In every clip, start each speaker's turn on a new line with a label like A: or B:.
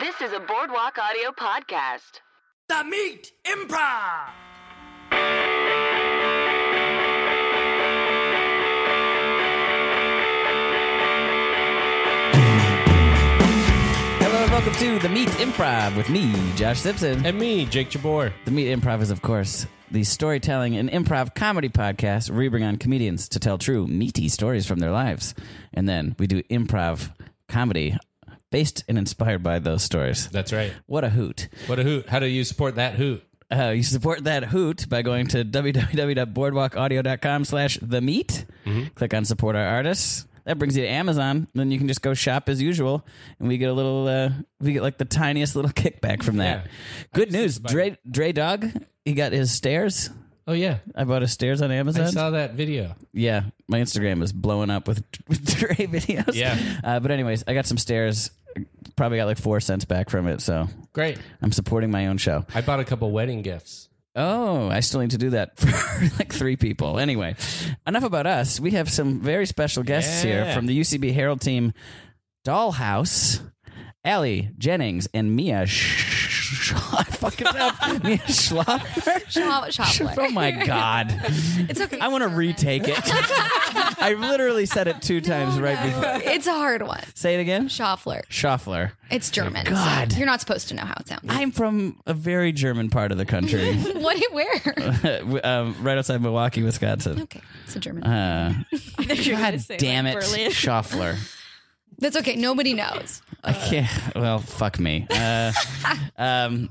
A: This is a Boardwalk Audio podcast.
B: The Meat Improv!
C: Hello and welcome to The Meat Improv with me, Josh Simpson.
D: And me, Jake Jabor.
C: the Meat Improv is, of course, the storytelling and improv comedy podcast where we bring on comedians to tell true, meaty stories from their lives. And then we do improv comedy based and inspired by those stories.
D: That's right.
C: What a hoot.
D: What a hoot. How do you support that hoot?
C: Uh, you support that hoot by going to www.boardwalkaudio.com slash the meat.
D: Mm-hmm.
C: Click on support our artists. That brings you to Amazon. Then you can just go shop as usual, and we get a little, uh, we get like the tiniest little kickback from that.
D: Yeah.
C: Good news, Dre, Dre Dog, he got his stairs.
D: Oh, yeah.
C: I bought his stairs on
D: I
C: Amazon.
D: saw that video.
C: yeah, my Instagram is blowing up with, with Dre videos.
D: Yeah.
C: uh, but anyways, I got some stairs. Probably got like four cents back from it, so
D: Great.
C: I'm supporting my own show.
D: I bought a couple wedding gifts.
C: Oh, I still need to do that for like three people. Anyway, enough about us. We have some very special guests here
D: Yeah.
C: from the UCB Herald team Dollhouse, Allie Jennings, and Mia. Sh- I fucking up. Mia Schlaffer.
E: Schwa- Schwaffler.
C: Oh my god!
E: It's okay.
C: I want to retake it. I literally said it two times right before.
E: It's a hard one.
C: Say it again.
E: Schaffler.
C: Schaffler.
E: It's German.
C: Oh, God.
E: You're not supposed to know how it sounds.
C: I'm from a very German part of the country,
E: what do you wear?
C: um, right outside Milwaukee, Wisconsin.
E: okay. It's a German.
C: Uh, God damn it,
F: Berlin.
C: Schaffler.
E: That's okay. Nobody knows.
C: I
F: Uh,
C: can't. Well, fuck me. Uh, um,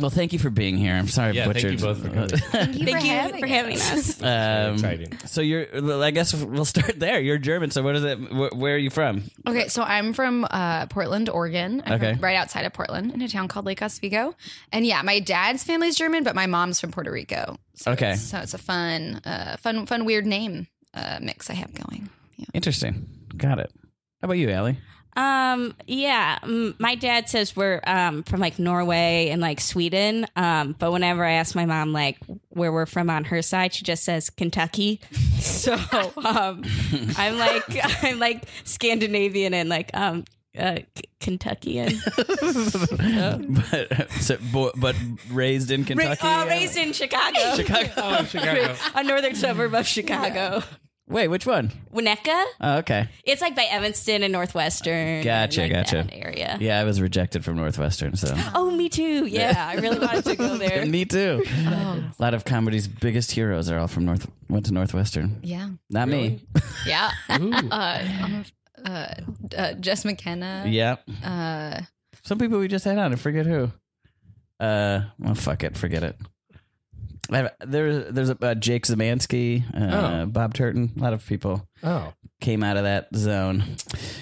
C: well, thank you for being here. I'm sorry, I
D: Yeah,
C: butchered.
D: thank you both for coming.
E: Thank you
F: Thank
E: for
F: you
E: having
F: for
E: us.
F: having us.
C: Um,
D: Exciting.
C: So you're. well, I guess we'll start there. You're German. So what is it? Wh- where are you from?
E: Okay, so I'm from uh, Portland, Oregon. I'm
C: Okay.
E: from right outside of Portland in a town called Lake Oswego. And yeah, my dad's family's German, but my mom's from Puerto Rico. So
C: Okay.
E: It's, so it's a fun, uh, fun, fun, weird name uh, mix I have going. Yeah.
C: Interesting. Got it. How about you, Allie?
F: Um, yeah, m- my dad says we're um, from like Norway and like Sweden. Um, but whenever I ask my mom like where we're from on her side, she just says Kentucky. So um, I'm like I'm like Scandinavian and like um uh, K- Kentuckian.
C: but so, bo- but raised in
F: Ra-
C: Kentucky.
F: uh, raised in Chicago,
C: Chicago.
D: Oh, Chicago.
F: a northern suburb of Chicago.
C: Wait, which one?
F: Winnetka.
C: Oh, okay.
F: It's like by Evanston and Northwestern.
C: Gotcha,
F: and, like,
C: gotcha.
F: that area.
C: Yeah, I was rejected from Northwestern. So.
F: Oh, me too. Yeah, I really wanted to go there.
C: Me too.
F: Oh.
C: A lot of comedy's biggest heroes are all from North. Went to Northwestern.
E: Yeah.
C: Not me.
E: Yeah. Uh, I'm a- uh, uh, Jess McKenna.
C: yeah.
E: Uh,
C: Some people we just had on. I forget who. Uh, well, fuck it. Forget it. I, there, there's a, uh, Jake Zemansky, uh,
D: Oh.
C: Bob Turton. A lot of people
D: Oh.
C: came out of that zone.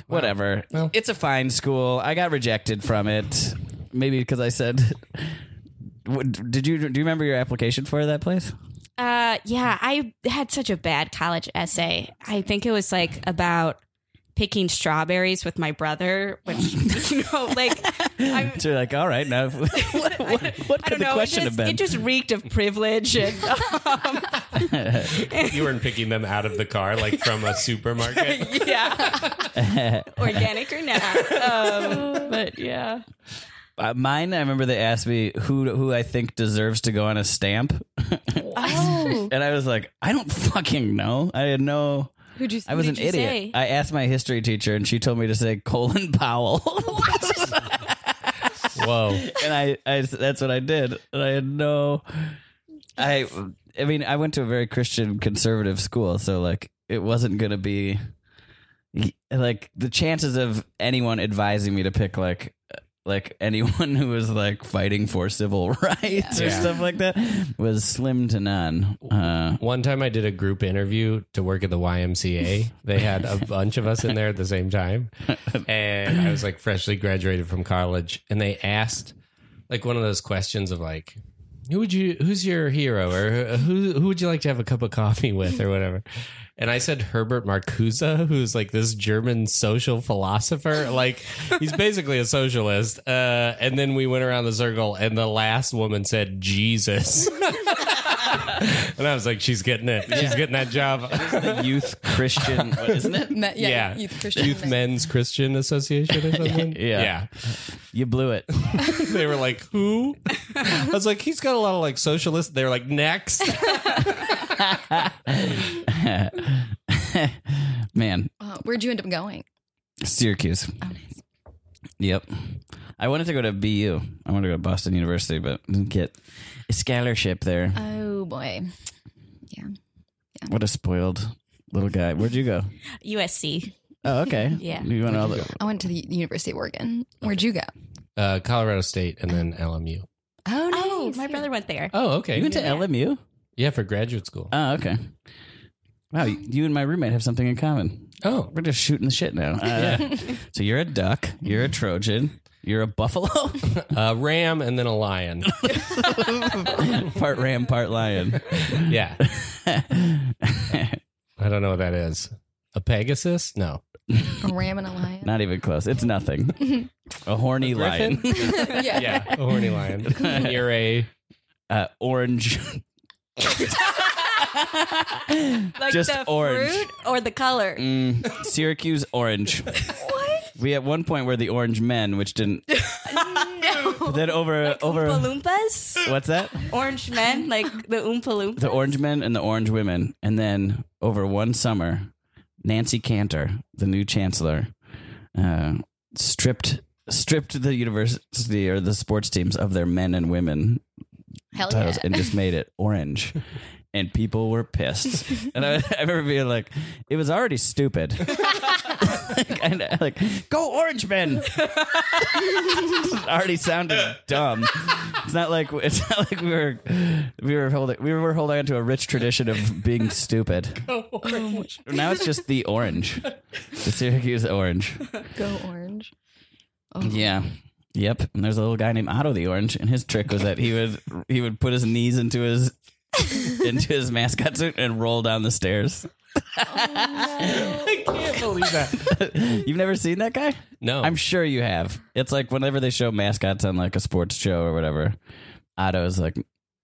C: Whatever.
D: Well.
C: It's a fine school. I got rejected from it. Maybe because I said. What- Did you do you remember your application for that place?
F: Uh, yeah, I had such a bad college essay. I think it was like about picking strawberries with my brother, which you know, like I'm.
C: So you're like, all right, now what, what, what
F: I
C: could
F: don't
C: the
F: know. It
C: question
F: just,
C: have been?
F: it just reeked of privilege, and um,
D: You weren't picking them out of the car, like from a supermarket.
F: yeah, organic or not. Um, but yeah,
C: Uh, mine, I remember they asked me who who I think deserves to go on a stamp,
F: oh,
C: and I was like, I don't fucking know. I had no.
F: who'd you?
C: I was an
F: who'd you
C: idiot.
F: say?
C: I asked my history teacher, and she told me to say Colin Powell,
D: Whoa.
C: and I, I that's what I did. And I had no. I I mean, I went to a very Christian conservative school, so like it wasn't gonna be like the chances of anyone advising me to pick like like anyone who was like fighting for civil rights or
D: Yeah.
C: stuff like that was slim to none. Uh,
D: One time I did a group interview to work at the YMCA. They had a bunch of us in there at the same time. And I was like freshly graduated from college. And they asked like one of those questions of like, who would you, who's your hero or who, who would you like to have a cup of coffee with or whatever? And I said Herbert Marcuse, who's like this German social philosopher. Like he's basically a socialist. Uh, and then we went around the circle and the last woman said Jesus. And I was like, she's getting it. She's getting that job.
C: the youth Christian, what, isn't it?
E: Me- yeah,
D: Yeah.
E: Youth Christian.
D: Youth Men's Christian Association or something.
C: Yeah. You blew it.
D: Yeah. They were like, who? I was like, he's got a lot of like socialists. They were like, next.
C: Man,
E: Oh, where'd you end up going?
C: Syracuse.
E: Oh, nice.
C: Yep. I wanted to go to BU. I wanted to go to Boston University, but didn't get a scholarship there.
E: Oh boy. Yeah.
C: What a spoiled little guy. Where'd you go?
F: USC.
C: Oh, okay.
F: Yeah.
C: You went all the
E: I went to the University of Oregon. Where'd you go?
D: Uh, Colorado State and then LMU.
E: Oh,
F: Oh, my brother went there.
D: Oh, okay.
C: You went to LMU?
D: yeah, for graduate school.
C: Oh, okay. Wow, you and my roommate have something in common.
D: oh,
C: We're just shooting the shit now. Uh, So you're a duck. You're a Trojan. You're a buffalo.
D: uh, ram and then a lion.
C: part ram, part lion.
D: Yeah. I don't know what that is. A Pegasus? No.
E: A ram and a lion.
C: Not even close. It's nothing. A horny lion.
E: yeah.
D: Yeah, a horny lion. You're a
C: Uh, orange.
F: Like
C: Just the orange. fruit
F: or the color.
C: Mm, Syracuse orange. We at one point were the orange men, which didn't. Then over over
F: Oompa Loompas?
C: what's that?
F: Orange men, like the Oompa Loompas.
C: The orange men and the orange women, and then over one summer, Nancy Cantor, the new chancellor, uh, stripped stripped the university or the sports teams of their men and women
E: Hell yeah.
C: titles and just made it orange. And people were pissed. And I, I remember being like, it was already stupid. like, and I- like, go orange men. It already sounded dumb. It's not like it's not like we were we were holding we were holding on to a rich tradition of being stupid. Now it's just the orange. The Syracuse orange.
E: Go orange.
C: Yeah. Yep. And there's a little guy named Otto the Orange, and his trick was that he would he would put his knees into his into his mascot suit and roll down the stairs. You've never seen that guy?
D: no.
C: I'm sure you have. It's like whenever they show mascots on like a sports show or whatever, Otto's like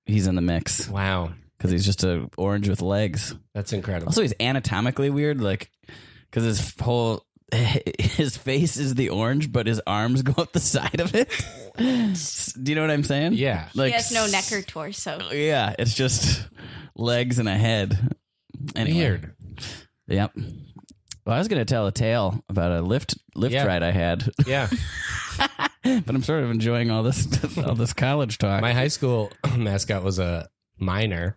C: he's in the mix
D: wow,
C: because he's just a orange with legs.
D: that's incredible.
C: Also, he's anatomically weird, like because his whole his face is the orange, but his arms go up the side of it. Do you know what I'm saying?
D: Yeah.
C: like
F: he has no neck or
C: s-
F: torso.
C: Yeah, it's just legs and a head. Anyway.
D: Weird.
C: Yep. Well, I was gonna tell a tale about a lift lift
D: Yeah.
C: ride I had,
D: Yeah.
C: but I'm sort of enjoying all this all this college talk.
D: My high school mascot was a miner.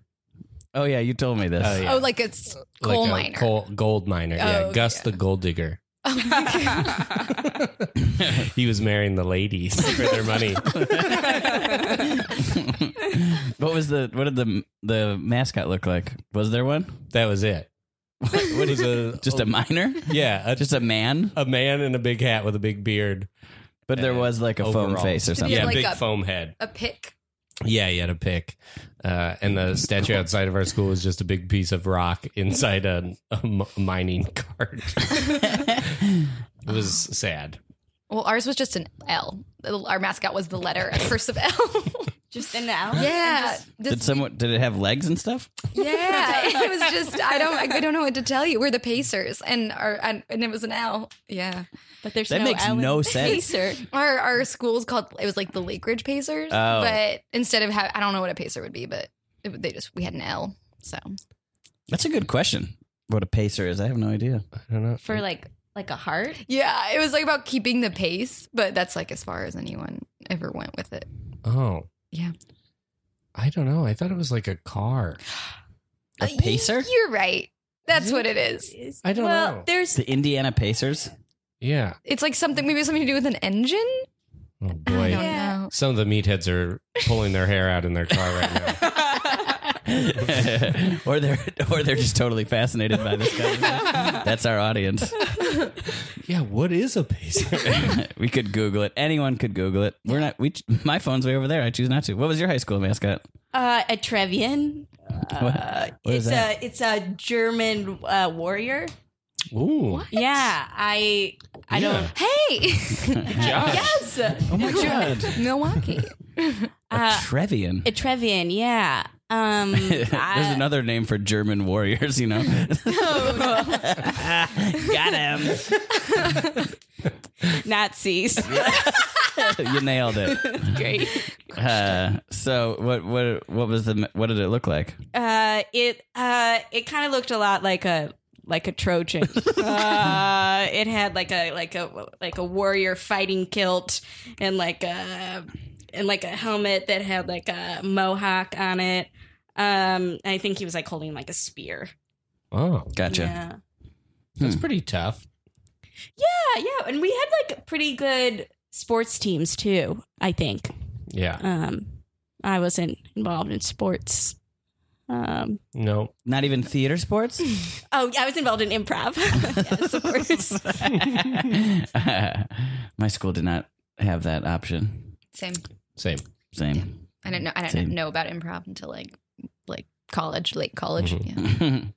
C: oh yeah, you told me this.
D: yeah.
E: Oh, like it's coal
D: like a
E: miner.
D: coal- gold miner. yeah,
E: Oh,
D: Gus
E: yeah.
D: the gold digger.
E: Oh, my God.
D: He was marrying the ladies for their money.
C: What was the what did the the mascot look like? Was there one?
D: That was it. What is a
C: Just a minor?
D: yeah? A,
C: Just a man?
D: a man in a big hat with a big beard.
C: But there was like a foam
D: Overalls.
C: face or
E: he
C: something.
D: Yeah,
E: have, like,
D: big
E: a-
D: foam head.
E: a pick.
D: Yeah, he had a pick. Uh, and the statue outside of our school was just a big piece of rock inside a, a m- mining cart. it was sad.
E: Well, ours was just an L. Our mascot was the letter at first of L.
F: Just in the alley.
E: yeah.
C: Did
E: This-
C: someone did it have legs and stuff?
E: yeah. It was just I don't I don't know what to tell you. We're the Pacers and our and, and it was an L. Yeah.
F: But there's
C: That
F: no
C: makes
F: Ellen
C: no sense.
F: Pacer.
E: Our our school's called it was like the Lake Ridge Pacers,
C: Oh.
E: but instead of ha- I don't know what a pacer would be, but it, they just we had an L. So
C: That's a good question. What a pacer is? I have no idea.
D: I don't know.
F: For like like a heart.
E: yeah, it was like about keeping the pace, but that's like as far as anyone ever went with it.
D: Oh.
E: Yeah.
D: I don't know. I thought it was like a car.
C: A
E: Uh, y-
C: pacer?
E: You're right. That's what it is.
D: I don't
F: well,
D: know.
F: There's
C: The Indiana Pacers.
D: Yeah.
E: It's like something maybe something to do with an engine.
D: Oh
E: I
D: boy.
E: don't know.
D: Some of the meatheads are pulling their hair out in their car right now.
C: or they're or they're just totally fascinated by this guy. That's our audience.
D: yeah, what is a pacer?
C: we could Google it. Anyone could Google it. We're not. We my phone's way over there. I choose not to. What was your high school mascot?
F: Uh, a Trevian. Uh,
C: what is
F: it's
C: that?
F: a it's a German uh, warrior.
D: Ooh.
F: Yeah, I I don't.
E: Hey,
F: Yes,
C: Oh my god,
E: Milwaukee.
C: a
E: Uh,
C: Trevian.
F: a Trevian. Yeah. Um,
C: There's
F: I-
C: another name for German warriors. You know, got him.
F: Nazis.
C: you nailed it.
F: Great.
C: Uh, so what what what was the what did it look like?
F: Uh, it uh, it kind of looked a lot like a like a Trojan. uh, it had like a like a like a warrior fighting kilt and like a and like a helmet that had like a mohawk on it. Um, I think he was like holding like a spear.
D: Oh.
C: Gotcha.
F: Yeah.
C: Hmm.
D: That's pretty tough.
F: Yeah, Uh, yeah, and we had like pretty good sports teams too. I think.
D: Yeah.
F: Um, I wasn't involved in sports. Um,
D: No.
C: Not even theater sports.
F: oh, yeah, I was involved in improv. yes, of course.
C: My school did not have that option.
E: Same.
D: Same.
C: Same.
E: I didn't know. I
C: Same.
E: didn't know about improv until like like college, late college.
C: Mm-hmm.
E: Yeah.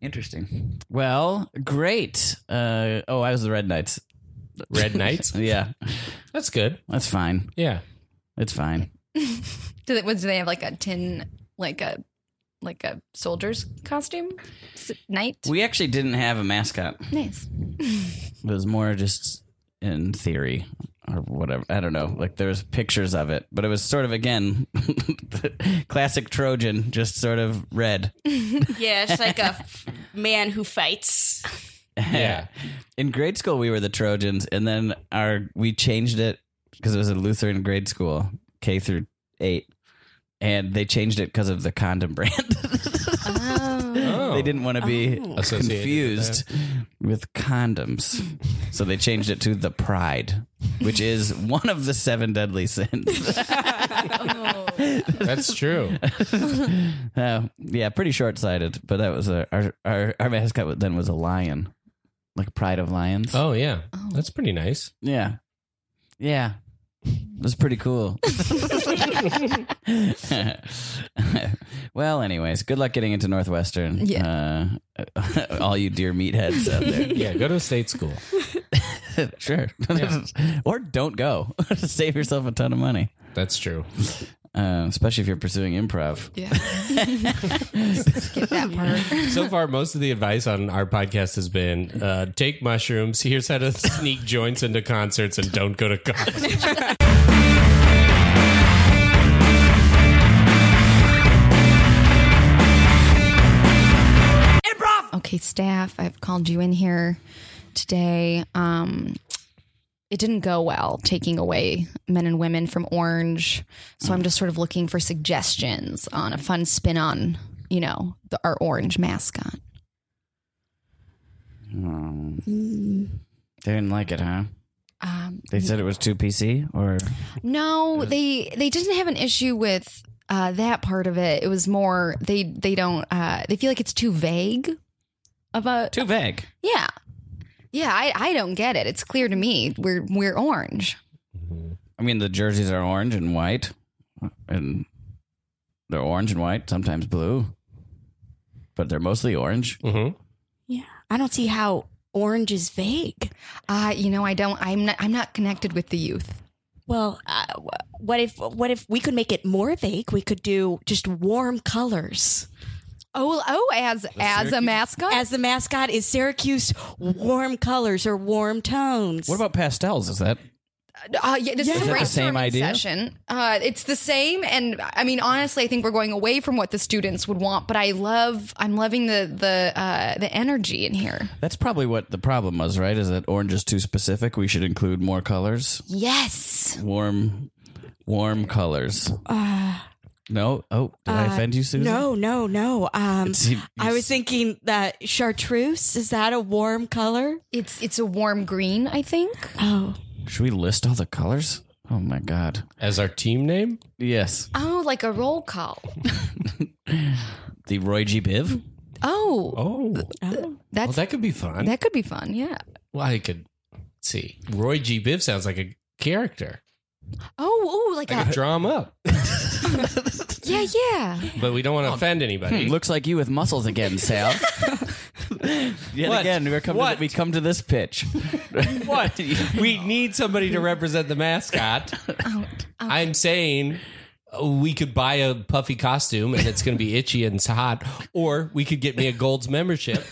C: Interesting. Well, great. Uh, oh, I was the Red Knights.
D: Red Knights.
C: Yeah,
D: That's good.
C: that's fine.
D: Yeah.
C: It's fine.
E: Do they, was, do they have like a tin, like a like a soldier's costume S- knight?
C: We actually didn't have a mascot.
E: nice.
C: It was more just in theory or whatever. I don't know. Like there was pictures of it, but it was sort of again classic Trojan, just sort of red.
F: Yeah, it's like a f- man who fights.
D: Yeah.
C: In grade school, we were the Trojans, and then our we changed it because it was a Lutheran grade school, K through eight, and they changed it because of the condom brand.
D: Oh.
C: they didn't want to be
F: Oh.
D: Associated with
C: confused with condoms, so they changed it to the Pride, which is one of the seven deadly sins.
D: That's true.
C: Uh, yeah, pretty short sighted, but that was our, our our our mascot then was a lion, like a Pride of Lions.
D: Oh yeah. That's pretty nice.
C: Yeah. Yeah. It was pretty cool. well, anyways, good luck getting into Northwestern. Yeah. Uh, all you dear meatheads out there.
D: Yeah, go to state school.
C: sure. or don't go. Save yourself a ton of money,
D: That's true.
C: uh, especially if you're pursuing improv.
E: Yeah. Skip that part.
D: So far, most of the advice on our podcast has been uh, take mushrooms. Here's how to sneak joints into concerts and don't go to college.
B: Improv!
E: Okay, staff, I've called you in here today. Um, it didn't go well taking away men and women from Orange. So I'm just sort of looking for suggestions on a fun spin on, you know, the, our Orange mascot.
C: They didn't like it, huh?
E: Um,
C: They said it was too PC or
E: no, they they didn't have an issue with uh, that part of it. It was more they they don't uh, they feel like it's too vague of a
C: too vague.
E: yeah yeah I, I don't get it. It's clear to me we're we're orange.
C: I mean, the jerseys are orange and white, and they're orange and white, sometimes blue, but they're mostly orange.
D: Mm-hmm.
F: Yeah, I don't see how orange is vague.
E: Uh, you know, I don't. I'm not. I'm not connected with the youth.
F: Well, uh, wh- what if what if we could make it more vague? We could do just warm colors.
E: Oh, oh, as as a mascot.
F: As the mascot is Syracuse, warm colors or warm tones.
C: What about pastels? Is that
E: uh, yeah, this
C: Is
E: is
C: it
E: a
C: the same
E: brainstorming
C: idea?
E: session. Uh, it's the same, and I mean, honestly, I think we're going away from what the students would want. But I love. I'm loving the the uh, the energy in here.
C: that's probably what the problem was, right? Is that orange is too specific? We should include more colors,
E: Yes.
C: warm, warm colors. no, oh, did I offend you, Susan?
F: no, no, no. Um,
C: It's- you-
F: I was thinking that chartreuse is that a warm color?
E: It's it's a warm green. I think.
F: Oh,
C: Should we list all the colors? Oh my god.
D: As our team name?
C: Yes.
E: Oh, like a roll call.
C: The Roy G. Biv.
E: Oh,
D: Oh, well,
E: that's
D: that could be fun.
E: that could be fun. Yeah.
D: well, I could see. Roy G. Biv sounds like a character.
E: Oh, ooh, like
D: I could
E: a
D: draw him up,
E: yeah, yeah.
D: but we don't
E: Um,
D: want to offend
E: hmm.
D: anybody.
C: Looks like you with muscles again, Sal. Yet
D: What?
C: again, we're come
D: What?
C: To, we come to this pitch.
D: What? we need somebody to represent the mascot. I'm saying uh, we could buy a puffy costume and it's going to be itchy and it's hot, or we could get me a Gold's membership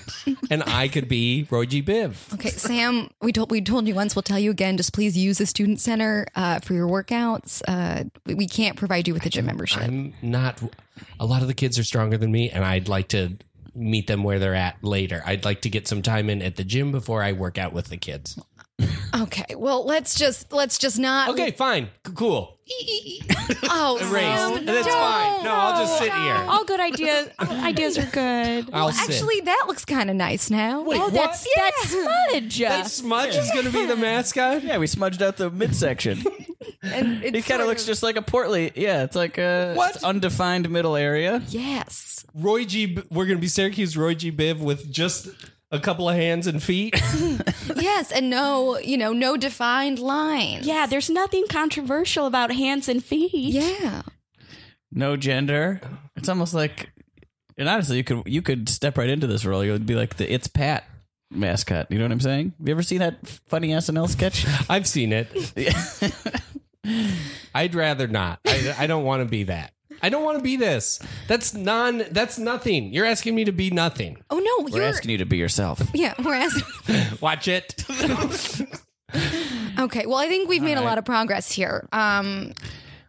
D: and I could be Roy G. Biv.
E: Okay, Sam, we told we told you once. We'll tell you again. Just please use the student center uh, for your workouts. Uh, we, we can't provide you with a gym membership.
D: I'm not. A lot of the kids are stronger than me, and I'd like to meet them where they're at later. I'd like to get some time in at the gym before I work out with the kids.
E: okay, well let's just let's just not.
D: Okay, fine, c- cool.
E: Oh,
D: Erase.
E: Sam,
D: That's
E: don't.
D: fine. No, I'll just sit here.
F: All good ideas. all ideas are
C: Uh,
F: good.
D: I'll sit.
E: Actually, that looks kind of nice now.
D: Wait,
F: oh,
D: what?
F: that's that's smudge.
D: that smudge is going to be the mascot.
C: yeah, we smudged out the midsection.
E: And it's
C: It kind
E: sort
C: of looks just like a portly. Yeah, it's like a
D: What?
C: it's undefined middle area.
E: Yes.
D: Roy G. B- We're going to be Syracuse Roy G. Biv with just a couple of hands and feet.
E: Yes, and no, you know, no defined lines.
F: Yeah, there's nothing controversial about hands and feet.
E: Yeah.
C: No gender. It's almost like, and honestly, you could you could step right into this role. You would be like the it's Pat mascot. You know what I'm saying? Have you ever seen that funny SNL sketch?
D: I've seen it. I'd rather not. I, I don't want to be that. I don't want to be this. That's non. That's nothing. You're asking me to be nothing.
E: Oh no,
C: We're
E: you're.
C: asking you to be yourself.
E: yeah, we're asking.
D: Watch it.
E: Okay, well, I think we've made a lot of progress here. Um,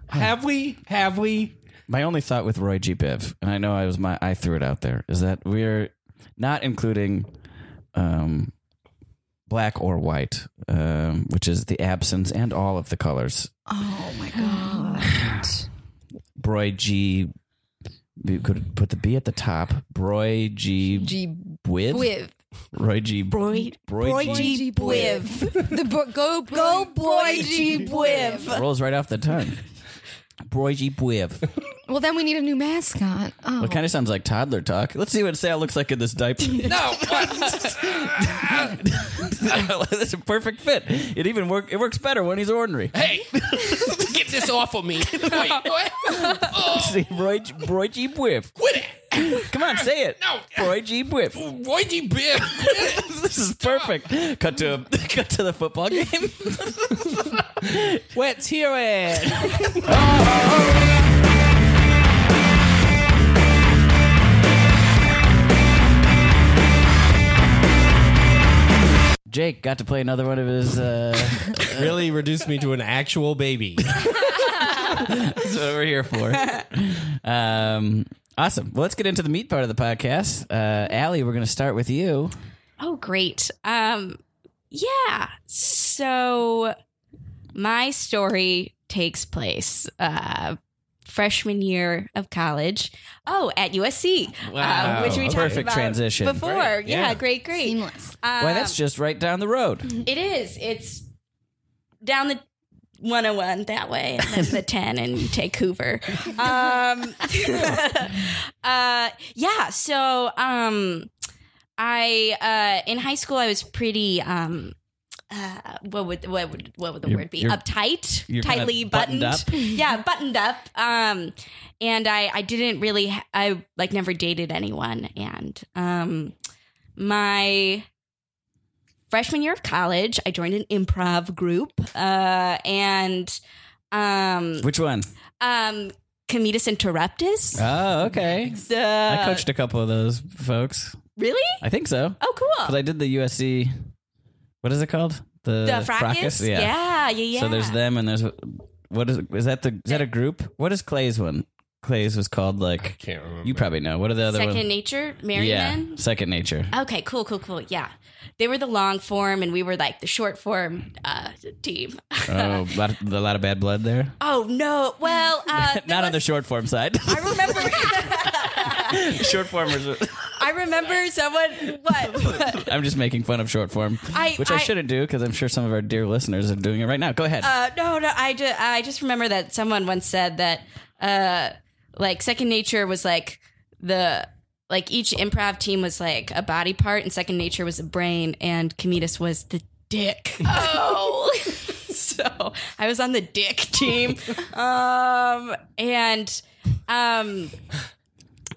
D: Have we? Have we?
C: My only thought with Roy G. Biv, and I know I was my I threw it out there, is that we're not including um black or white, um, which is the absence and all of the colors.
E: oh my god.
C: Roy G. You could put the B at the top. Roy G.
E: G.
C: Biv.
E: With.
C: Roy G.
F: Roy-
C: Roy G.
E: G. Bwiv. the bro- go go boy G. Bwiv.
C: Rolls right off the tongue. Roy G. Biv.
E: Well, then we need a new mascot. Oh,
C: Well, kind of sounds like toddler talk. Let's see what Sal looks like in this diaper. no, that's a perfect fit. It even work. It works better when he's ordinary.
D: Hey, get this off of me. Wait, what?
C: See, Roy, G- Roy G. Biff.
D: Quit it.
C: Come on, say it.
D: No.
C: Roy G. Biff.
D: Roy G. Biv.
C: This is perfect. Cut to cut to the football game.
D: Let's hear it.
C: Jake got to play another one of his. Uh,
D: Really reduced me to an actual baby.
C: that's what we're here for. Um, awesome. Well, let's get into the meat part of the podcast. Uh, Allie, we're going to start with you.
F: Oh, great. Um, yeah. So my story takes place uh, freshman year of college. Oh, at USC,
C: Wow.
F: uh, which we talked
C: Perfect
F: about
C: transition.
F: before.
D: Great.
F: Yeah,
D: Yeah.
F: great, great.
E: seamless.
F: Um,
C: Why, that's just right down the road.
F: it is. It's down the 101 that way, and then the 10, and you take Hoover. Um, uh, yeah. So, um, I uh, in high school I was pretty. Um, uh, what would what would what would the
C: You're-
F: word be?
C: you're-
F: Uptight,
C: you're kinda
F: tightly
C: buttoned
F: buttoned.
C: up.
F: yeah, buttoned up. Um, and I I didn't really ha- I like never dated anyone, and um, my freshman year of college I joined an improv group, uh, and um
C: Which one?
F: um Comedus interruptus.
C: Oh, okay. I
F: Uh,
C: coached a couple of those folks.
F: really?
C: I think so.
F: Oh, cool.
C: Because I did the USC. What is it called? The,
F: the fracas? yeah, yeah, yeah.
C: So there's them and there's what is is that the is that a group? What is Clay's one? Clay's was called like
D: Can't remember.
C: you probably know. What are the other
F: Second
C: ones?
F: Nature, Merryman.
C: yeah, Second Nature.
F: Okay, cool, cool, cool. Yeah, they were the long form, and we were like the short form uh, team.
C: Oh, a lot, of, a lot of bad blood there.
F: oh no! Well, uh,
C: Not on the short form side.
F: I remember.
C: short formers.
F: I remember someone. What? what?
C: I'm just making fun of short form,
F: I-
C: which I,
F: I-
C: shouldn't do because I'm sure some of our dear listeners are doing it right now. Go ahead.
F: Uh, no, no. I just, I just remember that someone once said that, uh, like Second Nature was like the like each improv team was like a body part, and Second Nature was a brain, and Comedus was the dick. Oh. So I was on the dick team, um, and um,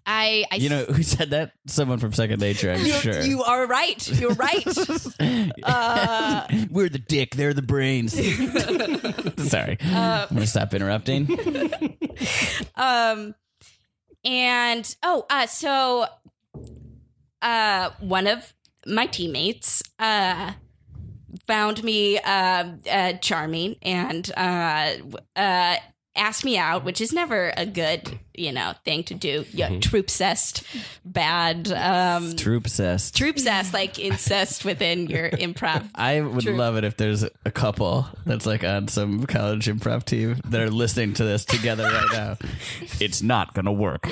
F: I, I
C: you know who said that? Someone from Second Nature, I'm
F: you,
C: sure.
F: you are right. You're right. Uh,
C: We're the dick, they're the brains. Sorry,
F: Uh,
C: I'm gonna stop interrupting.
F: um and oh uh so uh one of my teammates uh found me uh, uh charming and uh w- uh asked me out which is never a good you know thing to do yeah troop cest bad um
C: Troop obsessed.
F: troop cest like incest within your improv
C: I would love it if there's a couple that's like on some college improv team that are listening to this together right now. It's not gonna work.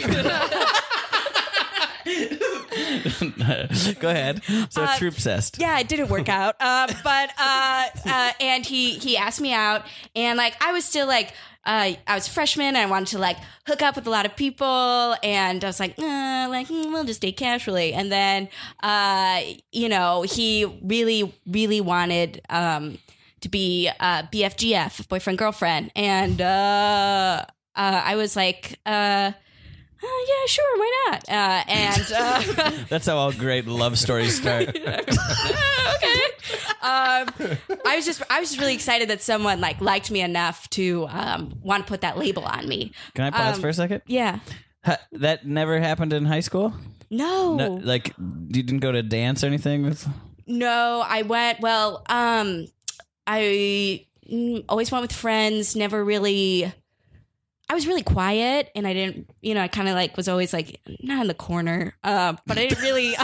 C: Go ahead. So
F: Uh,
C: troop obsessed.
F: yeah, it didn't work out. Uh, but uh, uh, and he he asked me out, and like I was still like. Uh, I was a freshman. And I wanted to like hook up with a lot of people, and I was like, uh, like mm, we'll just date casually. And then, uh, you know, he really, really wanted um, to be uh, BFGF, boyfriend girlfriend, and uh, uh, I was like, uh, uh, yeah, sure, why not? Uh, and uh,
C: That's how all great love stories start.
F: okay. Um, I was just I was just really excited that someone like liked me enough to um, want to put that label on me.
C: Can I pause
F: Um,
C: for a second?
F: Yeah.
C: Ha- that never happened in high school.
F: No.
C: No,
F: No,
C: like you didn't go to dance or anything. With-
F: I went. Well, um, I mm, always went with friends. Never really. I was really quiet, and I didn't. You know, I kind of like was always like not in the corner, uh, but I didn't really.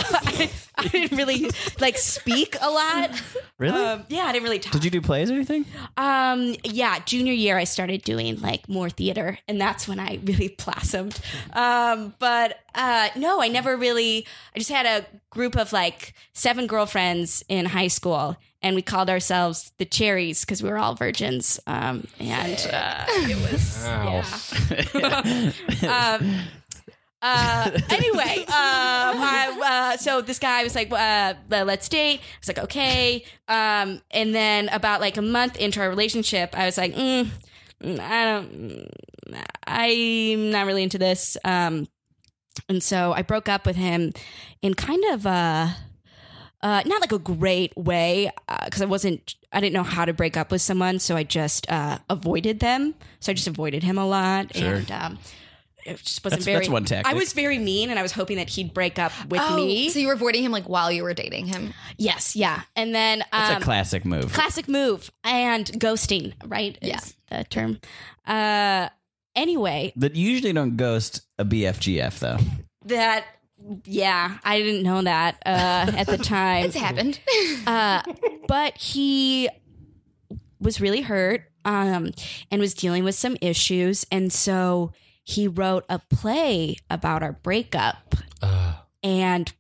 F: I, didn't really like speak a lot.
C: Really?
F: Um, yeah, I didn't really talk.
C: Did you do plays or anything?
F: Um, yeah, junior year I started doing like more theater, and that's when I really blossomed. Um, but uh, no, I never really. I just had a group of like seven girlfriends in high school, and we called ourselves the Cherries because we were all virgins. Um, and uh, it was
D: Wow.
F: um, uh, anyway, um, I, uh, so this guy was like, uh, le- "Let's date." I was like, "Okay." Um, and then about like a month into our relationship, I was like, mm, mm, "I don't, mm, I'm not really into this." Um, and so I broke up with him in kind of a, uh, not like a great way, because I wasn't, I didn't know how to break up with someone, so I just uh, avoided them. So I just avoided him a lot, and um, it just wasn't
C: That's-
F: very.
C: that's one tactic.
F: I was very mean, and I was hoping that he'd break up with
E: Oh,
F: me.
E: So you were avoiding him like while you were dating him.
F: yes, yeah, and then
C: It's
F: um,
C: a classic move.
F: classic move and ghosting, right? is
E: Yeah.
F: the term. Uh, anyway,
C: But you usually don't ghost a BFGF though.
F: that yeah, I didn't know that uh, at the time.
E: It's happened.
F: Uh, but he was really hurt um, and was dealing with some issues. And so he wrote a play about our breakup and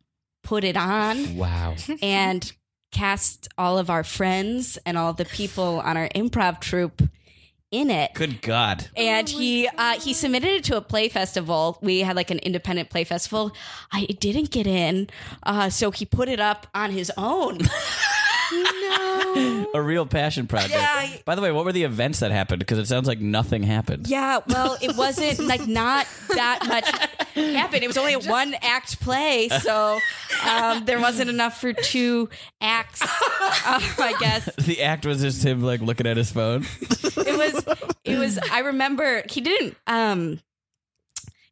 F: put it on
D: Uh, wow.
F: and cast all of our friends and all the people on our improv troupe in it
C: Good God.
F: and he uh, he submitted it to a play festival. We had like an independent play festival. I it didn't get in, uh, so he put it up on his own. no.
C: A real passion project.
F: Yeah.
C: By the way, what were the events that happened? Because it sounds like nothing happened.
F: Yeah, well, it wasn't like not that much happened. It was only a one act play, so um, there wasn't enough for two acts. Uh, I guess
C: The act was just him like looking at his phone.
F: it was it was i remember he didn't um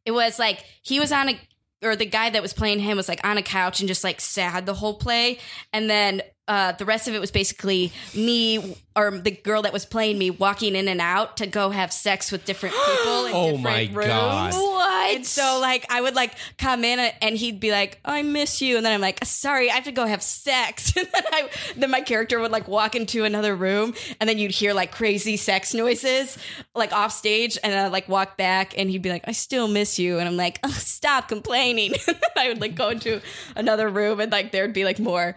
F: it was like he was on a or the guy that was playing him was like on a couch and just like sad the whole play and then uh, the rest of it was basically me or the girl that was playing me walking in and out to go have sex with different people. In
D: Oh
F: different
D: my
F: rooms.
D: God.
F: What? And so like I would like come in and he'd be like, "Oh, "I miss you," and then I'm like, "Sorry, I have to go have sex." And then I then my character would like walk into another room, and then you'd hear like crazy sex noises like off stage, and I like walk back, and he'd be like, "I still miss you," and I'm like, oh, "Stop complaining." and then I would like go into another room, and like there'd be like more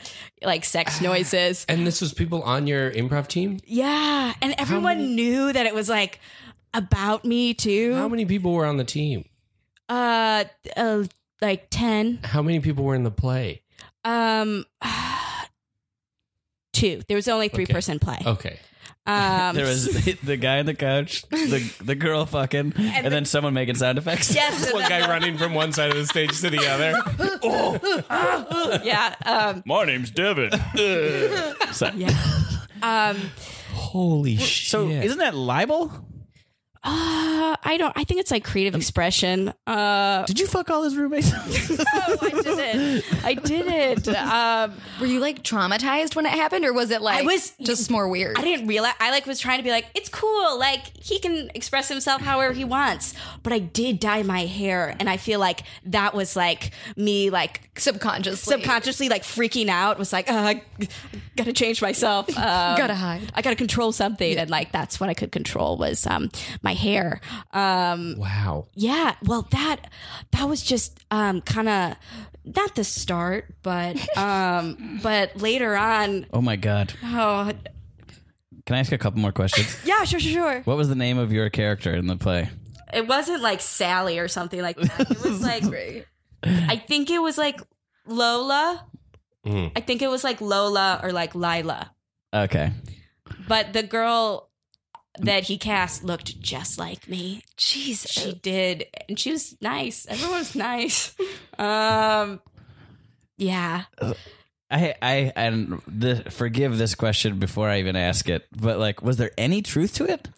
F: like sex noises.
D: And this was people on your improv team.
F: Yeah, and everyone knew that it was like about me too.
D: How many people were on the team?
F: uh, uh like 10
D: How many people were in the play?
F: um two there was only three
D: Okay. Oh.
F: person play
D: Okay,
F: um
C: There was the guy on the couch, the the girl fucking, and, then someone making sound effects.
F: yes and
D: one
F: then-
D: guy running from one side of the stage to the other.
F: yeah um
G: My name's Devin.
F: um
D: Holy shit!
C: So isn't that libel?
F: uh, i don't i think it's like creative expression uh
C: Did you fuck all his roommates?
F: oh, i did it i did it um
E: Were you like traumatized when it happened, or was it like
F: I was-
E: just more weird?
F: I didn't realize. I like was trying to be like, it's cool. Like he can express himself however he wants. But I did dye my hair, and I feel like that was like me, like
E: subconsciously.
F: subconsciously, like freaking out. Was like, uh, I gotta change myself. Um,
E: Gotta hide.
F: I gotta control something, and like that's what I could control was um my hair. Um,
D: wow.
F: yeah. Well, that that was just um kind of not the start, but um but later on.
C: oh my god!
F: Oh
C: Can I ask a couple more questions?
F: yeah, sure, sure, sure.
C: What was the name of your character in the play?
F: it wasn't like Sally or something like that. It was like I think it was like Lola.
D: Mm.
F: I think it was like Lola or like Lila.
C: Okay,
F: But the girl that he cast looked just like me. Jeez, she did, and she was nice. Everyone was nice. Um, yeah.
C: I I and the, forgive this question before I even ask it, but like, was there any truth to it?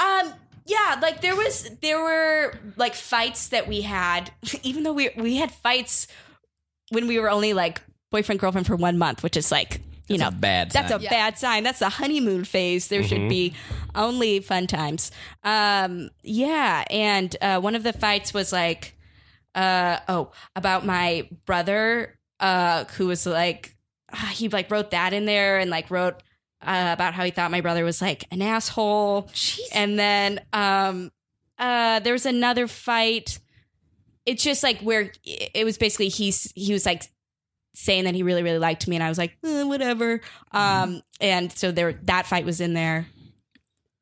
F: Um yeah, like there was there were like fights that we had even though we we had fights when we were only like boyfriend girlfriend for 1 month, which is like, you
C: That's
F: know,
C: a bad
F: That's
C: sign. Mm-hmm.
F: a bad sign. That's the honeymoon phase. There should be only fun times. Um yeah, and uh one of the fights was like uh oh, about my brother uh who was like ah, he like wrote that in there and like wrote uh, about how he thought my brother was like an asshole. And then um uh there was another fight. It's just like where it was basically he's he was like saying that he really really liked me and I was like eh, whatever. Um and so there that fight was in there.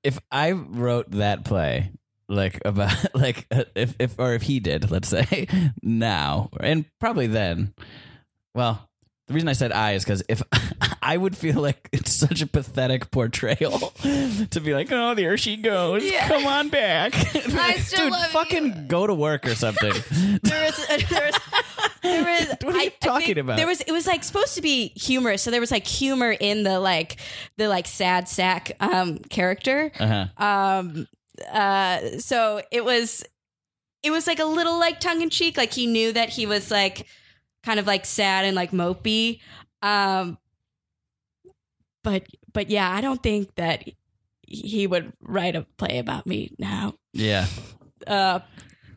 C: if I wrote that play, like about like uh, if if or if he did, let's say now and probably then. Well, the reason I said I is because if I would feel like it's such a pathetic portrayal to be like, oh, there she goes, come on back,
E: I still
C: dude,
E: love
C: fucking go to work or something.
F: There was there was there was
C: What are you talking
F: think
C: about?
F: There was it was like supposed to be humorous. So there was like humor in the like the like sad sack um character.
C: uh-huh.
F: um uh so it was it was like a little like tongue in cheek like he knew that he was like kind of like sad and like mopey um but but yeah i don't think that he would write a play about me now
C: Yeah.
F: uh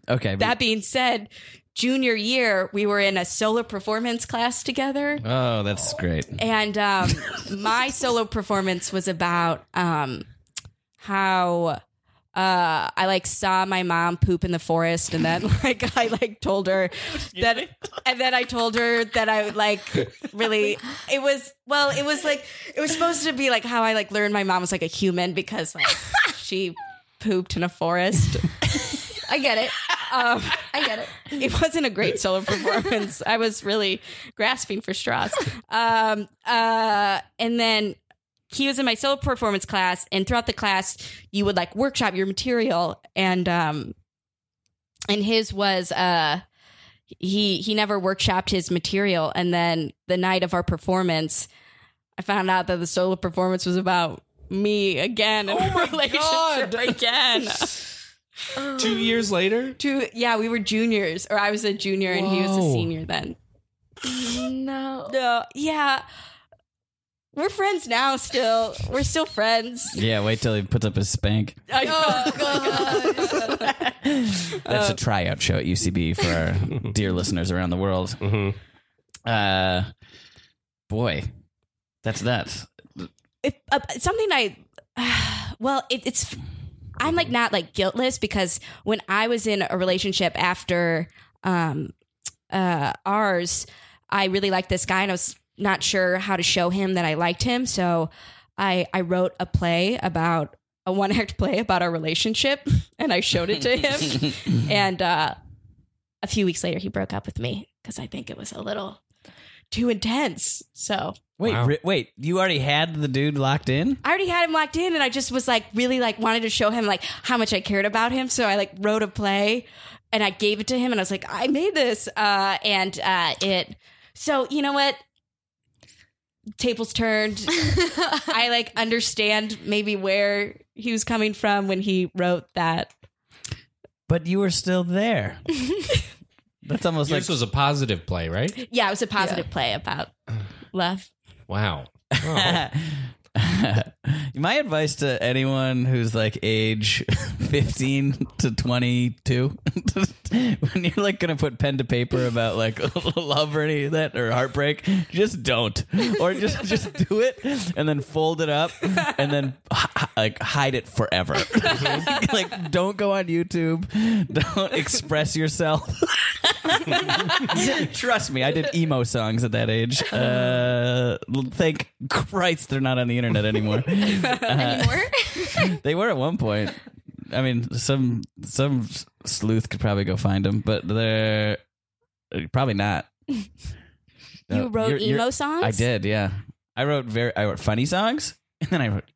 C: Okay.
F: that being said junior year we were in a solo performance class together
C: oh, that's great.
F: and um, my solo performance was about um, how uh, I like saw my mom poop in the forest, and then like I like told her that, and then I told her that I would like really. It was well, it was like it was supposed to be like how I like learned my mom was like a human because like she pooped in a forest.
E: I get it.
F: Um,
E: I get it.
F: it wasn't a great solo performance. I was really grasping for straws. Um, uh, and then he was in my solo performance class, and throughout the class, you would like workshop your material, and um, and his was uh, he he never workshopped his material, and then the night of our performance, I found out that the solo performance was about me again and oh my relationship again.
D: Two years later,
F: Two, yeah, we were juniors, or I was a junior and he was a
D: Whoa.
F: senior then.
E: No.
F: No, yeah, we're friends now. Still, we're still friends.
C: Yeah, wait till he puts up his spank.
F: Oh, God.
C: That's a tryout show at UCB for our dear listeners around the world.
D: Mhm.
C: Uh, boy, that's that.
F: If, uh, something I, well, it, it's, I'm like not like guiltless because when I was in a relationship after um, uh, ours, I really liked this guy and I was not sure how to show him that I liked him. So I, I wrote a play about a one act play about our relationship and I showed it to him. and uh, a few weeks later, he broke up with me because I think it was a little too intense. So
C: Wait,
D: Wow.
C: ri- wait, you already had the dude locked in?
F: I already had him locked in, and I just was like really like wanted to show him like how much I cared about him. So I like wrote a play, and I gave it to him, and I was like, I made this, uh, and uh, it. So you know what? Tables turned. I like understand maybe where he was coming from when he wrote that.
C: But you were still there. that's almost like
D: This was a positive play, right?
F: Yeah, it was a positive play about love.
D: Wow.
C: My advice to anyone who's like age 15 to 22, when you're like going to put pen to paper about like love or any of that or heartbreak, just don't. Or just just do it and then fold it up and then hi- like hide it forever. like don't go on YouTube. Don't express yourself. Trust me, I did emo songs at that age. Uh, thank Christ they're not on the internet anymore. Uh,
E: anymore.
C: they were at one point. I mean, some some sleuth could probably go find them, but they're uh, probably not.
F: You wrote
C: you're- you're-
F: emo songs?
C: I did, yeah. I wrote very, I wrote funny songs, and then I wrote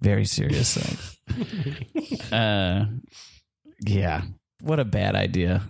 C: very serious songs. uh, yeah, what a bad idea.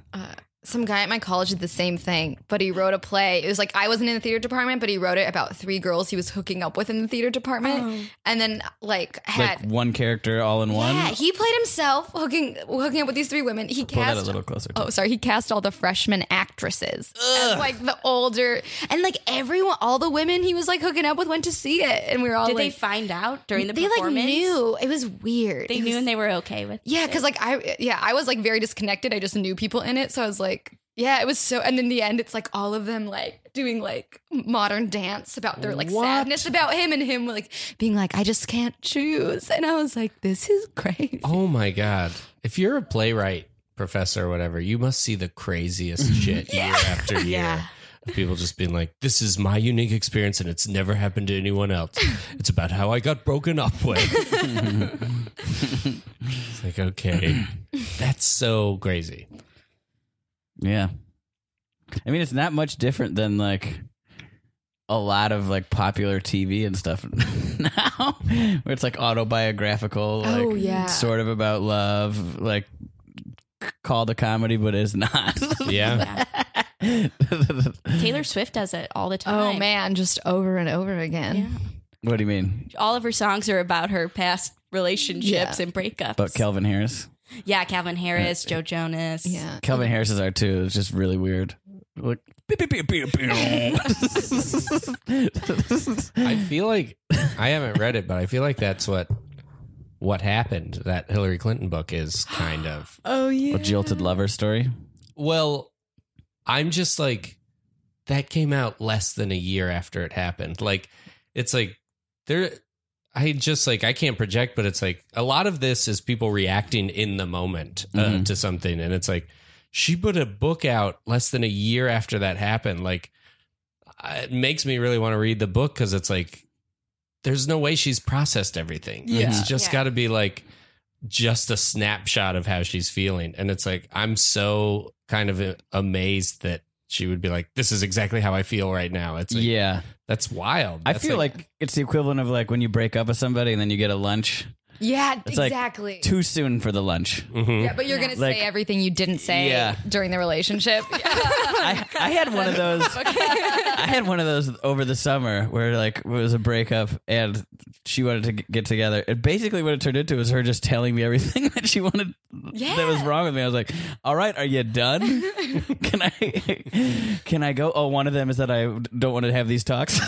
E: Some guy at my college did the same thing, but he wrote a play. It was like I wasn't in the theater department, but he wrote it about three girls he was hooking up with in the theater department,
F: Oh.
E: and then like had.
C: Like one character all in one.
E: yeah, he played himself hooking hooking up with these three women. He
C: Pull that a
E: cast
C: little closer. To
E: Oh, sorry. He cast all the freshman actresses, as, like the older, and like everyone, all the women he was like hooking up with went to see it, and we were all
F: Did they
E: like,
F: find out during the
E: they like
F: performance?
E: knew it was weird.
F: They
E: It
F: knew
E: was-
F: and they were okay with.
E: yeah, because like I, yeah, I was like very disconnected. I just knew people in it, so I was like, yeah, it was so. And in the end, it's like all of them like doing like modern dance about their like sadness about him, and him like being like, I just can't choose, and I was like, this is crazy.
D: Oh my god! If you're a playwright professor or whatever, you must see the craziest shit year after year. Of people just being like, "This is my unique experience, and it's never happened to anyone else. It's about how I got broken up with." it's like, okay, that's so crazy.
C: Yeah. I mean, it's not much different than like a lot of like popular TV and stuff now, where it's like autobiographical, like
E: Oh, yeah.
C: sort of about love, like called a comedy, but is not.
D: Yeah,
F: Taylor Swift does it all the time.
E: Oh man, just over and over again.
C: what do you mean?
F: all of her songs are about her past relationships
E: Yeah.
F: and breakups.
C: But Kelvin Harris?
F: yeah, Calvin Harris, Joe Jonas.
E: Yeah.
C: Kelvin Harris is our two. It's just really weird. Like, beep, beep, beep, beep, beep.
D: I feel like I haven't read it, but I feel like that's what what happened. That Hillary Clinton book is kind of
E: Oh yeah.
C: a jilted lover story.
D: Well, I'm just like that came out less than a year after it happened. Like it's like there I just like I can't project, but it's like a lot of this is people reacting in the moment uh,
C: Mhm.
D: to something and it's like she put a book out less than a year after that happened. Like I- it makes me really want to read the book cuz it's like there's no way she's processed everything.
C: Yeah.
D: It's just
E: Yeah.
D: got to be like just a snapshot of how she's feeling. And it's like, I'm so kind of uh, amazed that she would be like, this is exactly how I feel right now. It's like,
C: yeah.
D: that's wild.
C: I
D: That's
C: feel like, it's the equivalent of like when you break up with somebody and then you get a lunch.
E: Yeah,
C: It's like
E: exactly.
C: Too soon for the lunch.
D: Mhm.
E: yeah, but you're gonna
C: Like-
E: say everything you didn't say
C: Yeah.
E: during the relationship.
C: I, I had one of those. I had one of those over the summer where like it was a breakup and she wanted to g- get together. And basically, what it turned into was her just telling me everything that she wanted that was wrong with me. I was like, "All right, are you done? can I can I go? Oh, one of them is that I don't want to have these talks."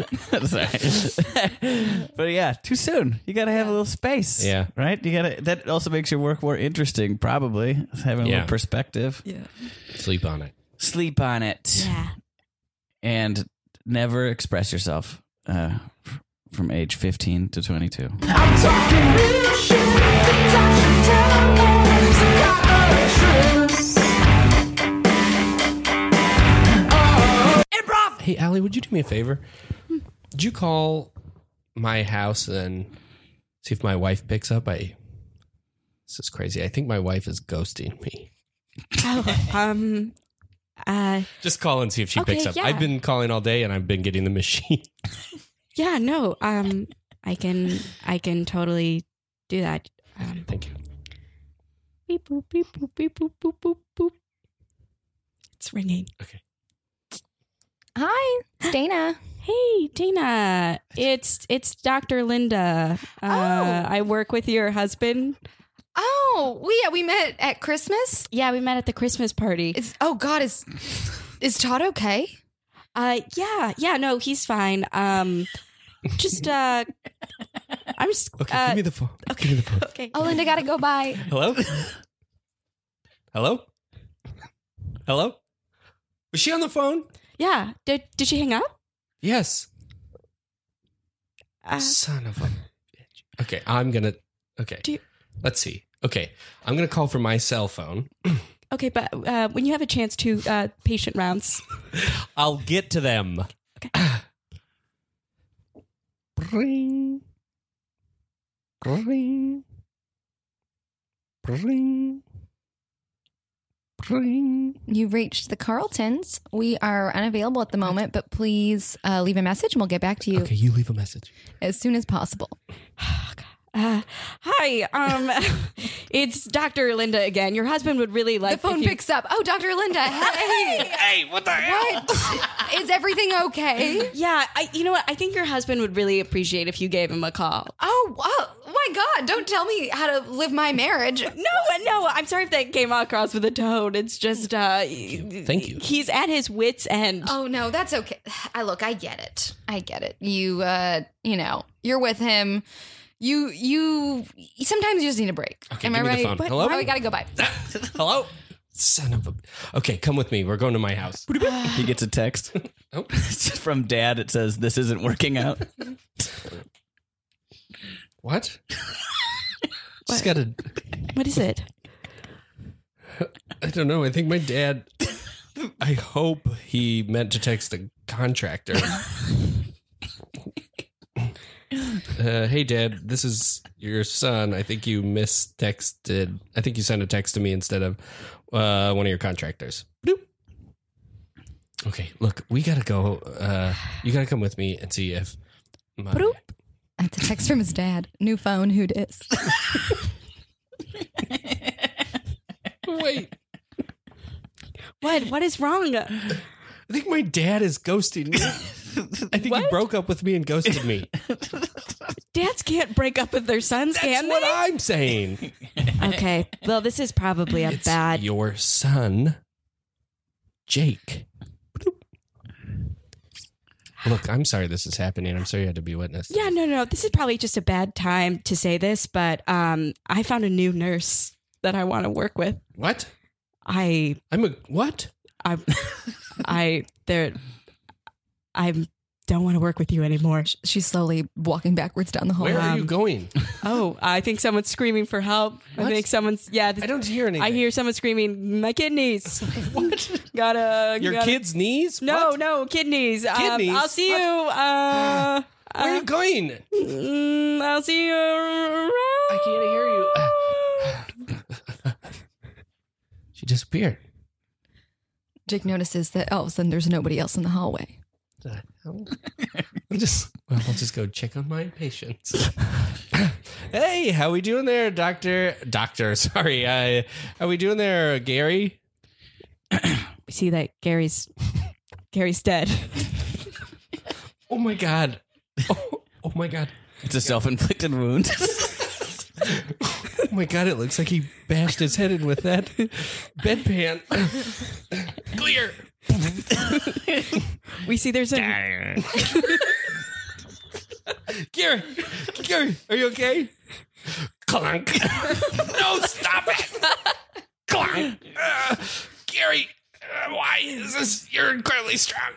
C: Sorry. but yeah, too soon. You got to have a little space.
D: Yeah.
C: Right? You got to, that also makes your work more interesting, probably, is having a
D: Yeah.
C: little perspective.
H: Yeah.
D: Sleep on it.
C: Sleep on it
F: Yeah.
C: and never express yourself uh, f- from age 15 to 22.
B: Improv!
D: Hey, Allie, would you do me a favor? Would you call my house and see if my wife picks up? I this is crazy. I think my wife is ghosting me.
F: Oh, um, uh,
D: Just call and see if she
F: Okay,
D: picks up.
F: yeah.
D: I've been calling all day and I've been getting the machine.
F: yeah, no, um, I can, I can totally do that. Um,
D: Thank you.
F: beep boop, beep boop, beep boop, boop, boop, boop. It's ringing.
E: Hi, it's Dana.
F: Hey, Dana, it's it's Dr. Linda. Uh, I work with your husband.
E: Oh, we yeah, we met at Christmas.
F: Yeah, we met at the Christmas party.
E: It's oh God, is is Todd okay?
F: Uh, yeah, yeah, no, he's fine. Um, just uh, I'm just
D: Okay,
F: uh,
D: give me the phone. Give me the phone.
F: okay.
E: Oh, Linda gotta go by.
D: Hello? Hello? Hello? Was she on the phone?
F: Yeah, did did she hang up?
D: Yes.
F: Uh,
D: Son of a bitch. Okay, I'm gonna. Okay,
F: Do you-
D: let's see. Okay, I'm gonna call from my cell phone.
F: okay, but uh, when you have a chance to uh, patient rounds.
D: I'll get to them. Ring. Ring. Ring. Ring.
E: You reached the Carltons. We are unavailable at the moment, but please uh, leave a message and we'll get back to you
D: Okay, you leave a message.
E: as soon as possible.
F: Uh, hi, um, it's Dr. Linda again. Your husband would really
E: The
F: like
E: phone
F: if you-
E: picks up. Oh, Dr. Linda. Hey. hey, what the hell? What? is everything okay?
F: Yeah, I, you know what? I think your husband would really appreciate if you gave him a call.
E: Oh, oh, my God. Don't tell me how to live my marriage.
F: No, uh, no, I'm sorry if that came across with a tone. It's just, uh, thank
D: you.
F: He's at his wits' end.
E: Oh no, that's okay. I look, I get it. I get it. You uh, you know, you're with him. You you sometimes you just need a break.
D: Okay,
E: Am
D: give
E: I
D: me the
E: right?
D: phone. Hello?
E: Oh, we gotta go by.
D: Hello? Son of a. Okay, come with me. We're going to my house.
C: he gets a text
D: Oh.
C: from dad. It says, This isn't working out.
D: What? Just gotta.
F: What is it?
D: I don't know. I think my dad. I hope he meant to text the contractor. uh, hey, Dad, this is your son. I think you mistexted. I think you sent a text to me instead of uh, one of your contractors. Bloop. Okay, look, we gotta go. Uh, you gotta come with me and see if. My,
E: Bloop. That's a text from his dad. New phone, who dis?
D: Wait,
F: What? What is wrong?
D: I think my dad is ghosting me. I think he broke up with me and ghosted me.
F: Dads can't break up with their sons,
D: That's
F: can
D: what I'm saying.
F: they? Okay. Well, this is probably a
D: It's
F: bad.
D: your son, Jake. Look, I'm sorry this is happening. I'm sorry you had to be witness.
F: Yeah, no, no. This is probably just a bad time to say this, but um, I found a new nurse that I want to work with.
D: What?
F: I,
D: I'm a what?
F: I, I, there, I don't want to work with you anymore.
E: She's slowly walking backwards down the hall.
D: Where are
F: Um,
D: you going?
F: Oh, I think someone's screaming for help. I think someone's yeah.
D: I don't hear anything.
F: I hear someone screaming. My kidneys. what? Gotta.
D: your
F: gotta-
D: kid's knees.
F: No,
D: What?
F: no kidneys. Um,
D: Kidneys?
F: I'll see you. Uh,
D: Where are you going?
F: mm, I'll see you. around.
D: I can't hear you. she disappeared.
E: Jake notices that all of a sudden there's nobody else in the hallway.
D: the hell? I'm just well, I'll just go check on my patients. hey, how we doing there, doctor? Doctor, sorry. I how we doing there, Gary?
F: We see that Gary's Gary's dead.
D: Oh my god. Oh, oh my god.
C: It's a self inflicted wound.
D: Oh my god, it looks like he bashed his head in with that bedpan. Clear.
H: we see there's a
D: Gary, Gary, are you okay? Clunk. no, stop it. Clunk. Uh, Gary, uh, why is this? You're incredibly strong.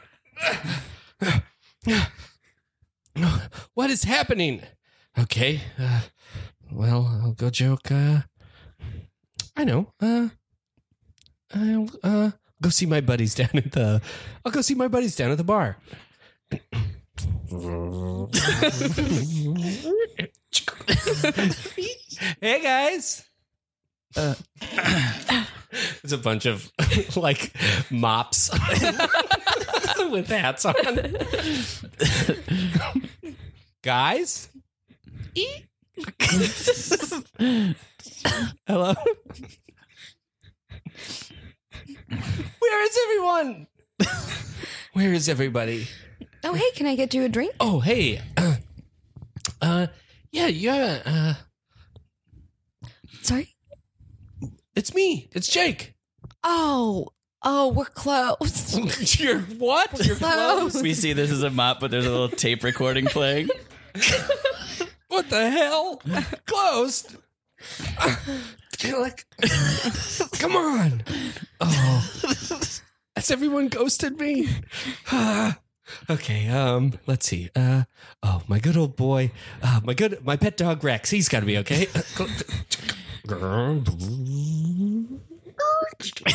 D: what is happening? Okay. Uh, well, I'll go joke. Uh, I know. Uh, I'll uh, go see my buddies down at the. I'll go see my buddies down at the bar. hey guys. Uh, it's a bunch of like mops with hats on. guys? E? Hello? Where is everyone? Where is everybody?
E: Oh, hey, can I get you a drink?
D: Oh, hey. Uh, uh yeah, yeah. Uh,
E: Sorry.
D: it's me. It's Jake.
E: Oh, oh, we're close.
D: You're what? You're
E: Close.
C: We see this is a mop, but there's a little tape recording playing.
D: What the hell? Closed. You're like, come on. Oh, has everyone ghosted me? Ah. okay. Um, let's see. Uh, oh, my good old boy. Uh, my good, my pet dog Rex. He's got to be okay.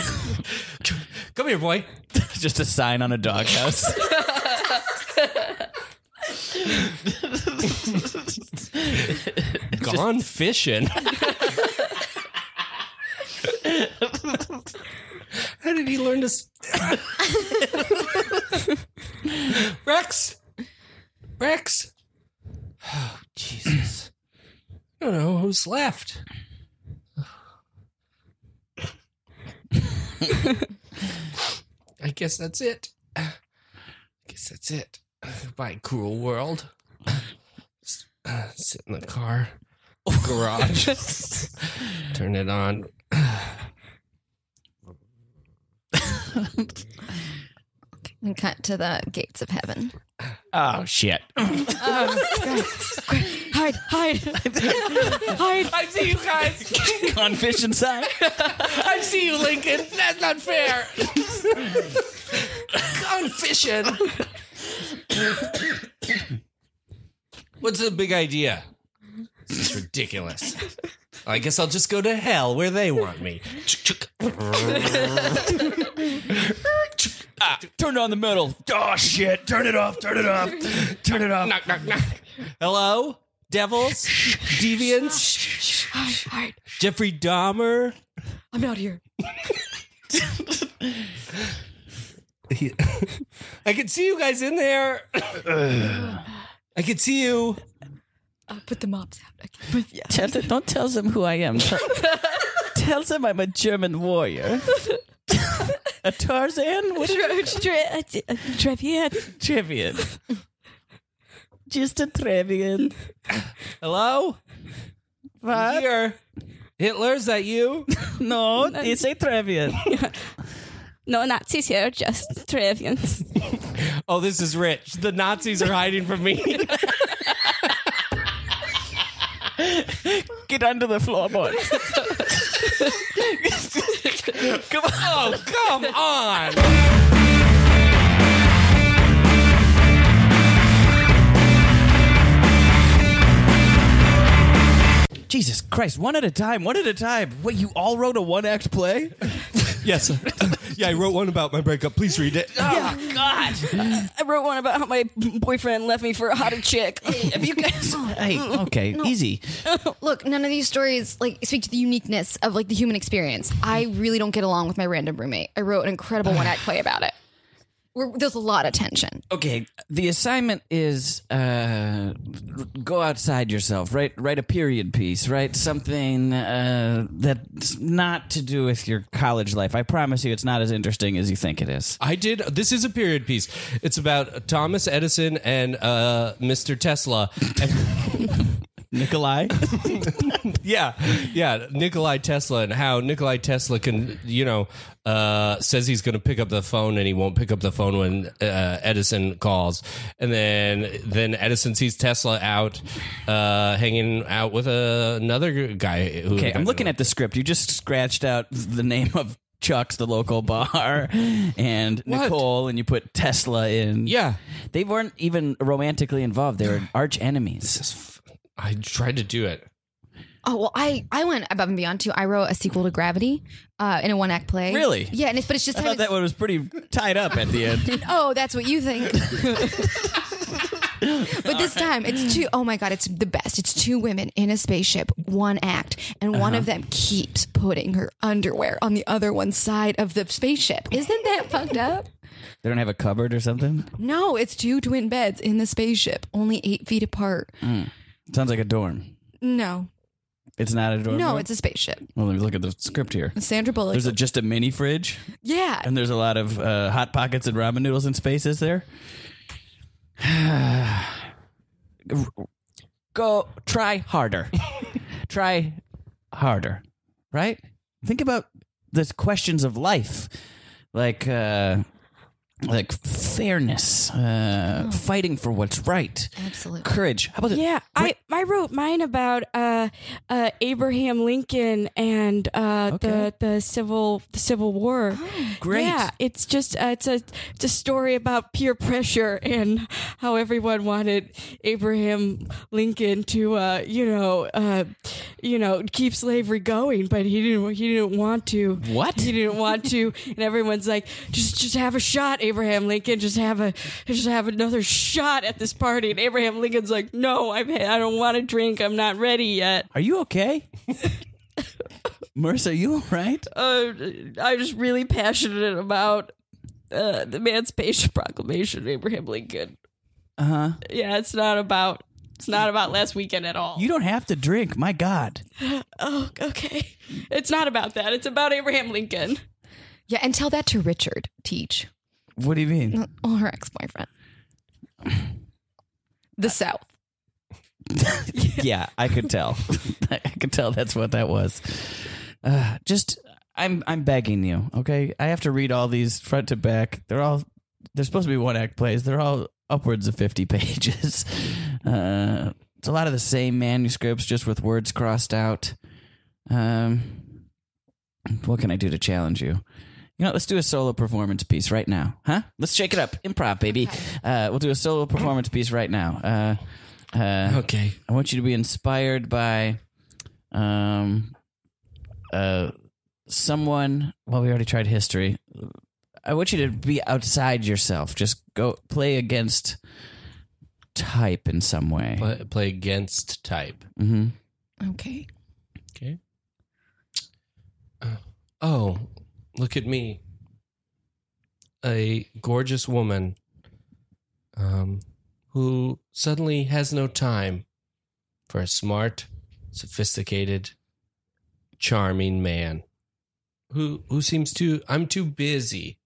D: Come here, boy.
C: Just a sign on a doghouse.
D: Gone fishing. How did he learn to? s- Rex, Rex. Oh Jesus! I don't know who's left. I guess that's it. I guess that's it. Bye, cruel world. Uh, sit in the car garage. Turn it on.
E: and cut to the gates of heaven.
C: Oh shit!
E: Hide, hide.
D: I see you guys.
C: Gone fishing sign.
D: I see you, Lincoln. That's not fair. Gone fishing. What's the big idea? This is ridiculous. I guess I'll just go to hell where they want me.
C: Turn on the metal.
D: Oh shit! Turn it off! Turn it off! Turn it off! Knock knock knock. Hello, devils, deviants, Jeffrey Dahmer.
H: I'm not here.
D: I can see you guys in there. I can see you.
H: I'll Uh, put the mops out. Okay. yeah.
C: Tell them, don't tell them who I am. Tell, tell them I'm a German warrior. a Tarzan? What a
F: Trevian.
C: Trevian. Just a Trevian.
D: Hello?
C: What?
D: Here. Hitler, is that you?
C: No, it's a Trevian.
F: No Nazis here, just Trevians.
D: Oh, this is Rich. The Nazis are hiding from me.
C: Get under the floorboard. Come on.
D: oh, come on.
C: Jesus Christ, one at a time, one at a time. Wait, you all wrote a one act play?
D: Yes. Yeah, I wrote one about my breakup. Please read it.
F: I wrote one about how my boyfriend left me for a hotter chick.
C: Have you guys. Hey, okay, easy.
E: Look, none of these stories like speak to the uniqueness of like the human experience. I really don't get along with my random roommate. I wrote an incredible one act play about it. We're, there's a lot of tension.
C: Okay, the assignment is uh, go outside yourself. Write write a period piece. Write something uh, that's not to do with your college life. I promise you, it's not as interesting as you think it is.
D: I did. This is a period piece. It's about Thomas Edison and uh, Mr. Tesla. And
C: Nikolai.
D: yeah, yeah. Nikolai Tesla and how Nikolai Tesla can, you know, uh, says he's going to pick up the phone and he won't pick up the phone when uh, Edison calls, and then then Edison sees Tesla out uh, hanging out with uh, another guy. Who
C: Okay, I'm looking at the script. You just scratched out the name of Chuck's, the local bar, and
D: What?
C: Nicole, and you put Tesla in.
D: Yeah,
C: They weren't even romantically involved. They were arch enemies.
D: I tried to do it.
E: Oh well, I I went above and beyond too. I wrote a sequel to Gravity, uh, in a one act play.
C: Really?
E: Yeah, and it's but it's just
C: I
E: kind
C: thought that
E: of,
C: one was pretty tied up at the end.
E: oh, that's what you think. but this time it's two oh my god, it's the best. It's two women in a spaceship, one act, and one of
C: Uh-huh.
E: them keeps putting her underwear on the other one's side of the spaceship. Isn't that fucked up?
C: They don't have a cupboard or something?
E: No, it's two twin beds in the spaceship, only eight feet apart.
C: Sounds like a dorm.
E: No,
C: It's not a dorm.
E: no,
C: room?
E: it's a spaceship.
C: Well, let me look at the script here.
E: Sandra Bullock.
C: Uh-huh. There's a, just a mini fridge,
E: yeah,
C: and there's a lot of uh, hot pockets and ramen noodles in space. Is there? Go try harder. try harder, right? Think about the questions of life, like uh, like fairness, uh, fighting for what's right,
E: Oh. absolutely.
C: courage. How about the-
I: Yeah, I, I wrote mine about uh, uh, Abraham Lincoln and uh,
C: Okay.
I: the the civil the Civil War.
F: Oh.
C: Great.
I: Yeah, it's just uh, it's a it's a story about peer pressure and how everyone wanted Abraham Lincoln to uh, you know uh, you know keep slavery going, but he didn't he didn't want to.
C: What?
I: he didn't want to, and everyone's like, just just have a shot, Abraham Lincoln. Just have a just have another shot at this party. And Abraham Lincoln's like, no, I'm I don't want to drink. I'm not ready yet.
C: Are you okay? Marissa, are you all right?
I: uh, I'm just really passionate about uh, the Emancipation Proclamation, Abraham Lincoln. Uh huh. Yeah, it's not about it's not about last weekend at all.
C: You don't have to drink. My God.
I: oh, okay. It's not about that. It's about Abraham Lincoln.
E: Yeah, and tell that to Richard Teach
C: What do you mean?
E: or her ex boyfriend.
C: Uh,
E: The South.
C: yeah, I could tell. I could tell that's what that was. Uh, just, I'm, I'm begging you. Okay, I have to read all these front to back. They're all, they're supposed to be one act plays. They're all upwards of fifty pages. Uh, it's a lot of the same manuscripts, just with words crossed out. Um, what can I do to challenge you? You know, let's do a solo performance piece right now, huh? Let's shake it up, improv, baby. Uh, we'll do a solo performance piece right now. Uh, uh,
D: Okay.
C: I want you to be inspired by um uh someone well we already tried history. I want you to be outside yourself. Just go play against type in some way.
D: Play, play against type.
C: hmm
E: Okay.
D: Okay. oh, look at me. A gorgeous woman um, who suddenly has no time for a smart, sophisticated, charming man who who seems to I'm too busy.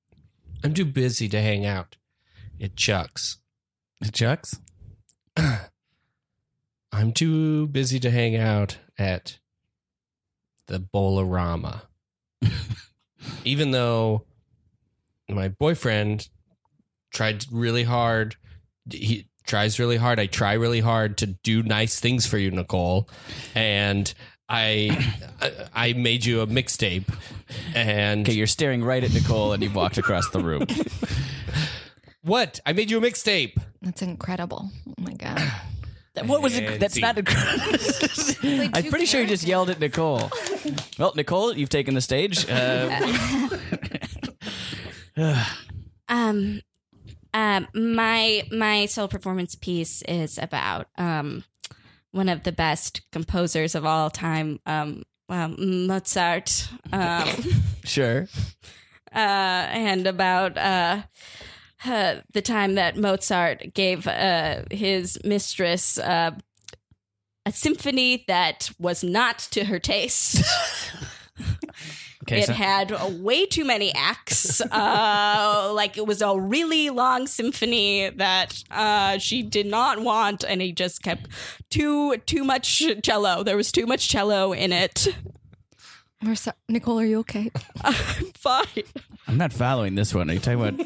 D: I'm too busy to hang out. It chucks.
C: Chucks?
D: I'm too busy to hang out at the Bolarama. Even though my boyfriend tried really hard, he tries really hard. I try really hard to do nice things for you, Nicole, and I I, I made you a mixtape, and
C: Okay, you're staring right at Nicole and you've walked across the room.
D: what I made you a mixtape.
E: That's incredible. Oh my God.
C: what was it? That's
D: Fancy.
C: not incredible. I'm pretty sure you just yelled at Nicole. well, Nicole, you've taken the stage. Uh,
F: Um, um, my my solo performance piece is about um one of the best composers of all time, um, um Mozart, um,
C: sure.
F: uh, and about uh. Uh, the time that Mozart gave uh, his mistress uh, a symphony that was not to her taste.
C: Okay,
F: it
C: so-
F: had uh, way too many acts. uh, like it was a really long symphony that uh, she did not want, and he just kept too too much cello. There was too much cello in it.
E: Marce- Nicole, are you okay?
F: Fine.
C: I'm not following this one. Are you talking about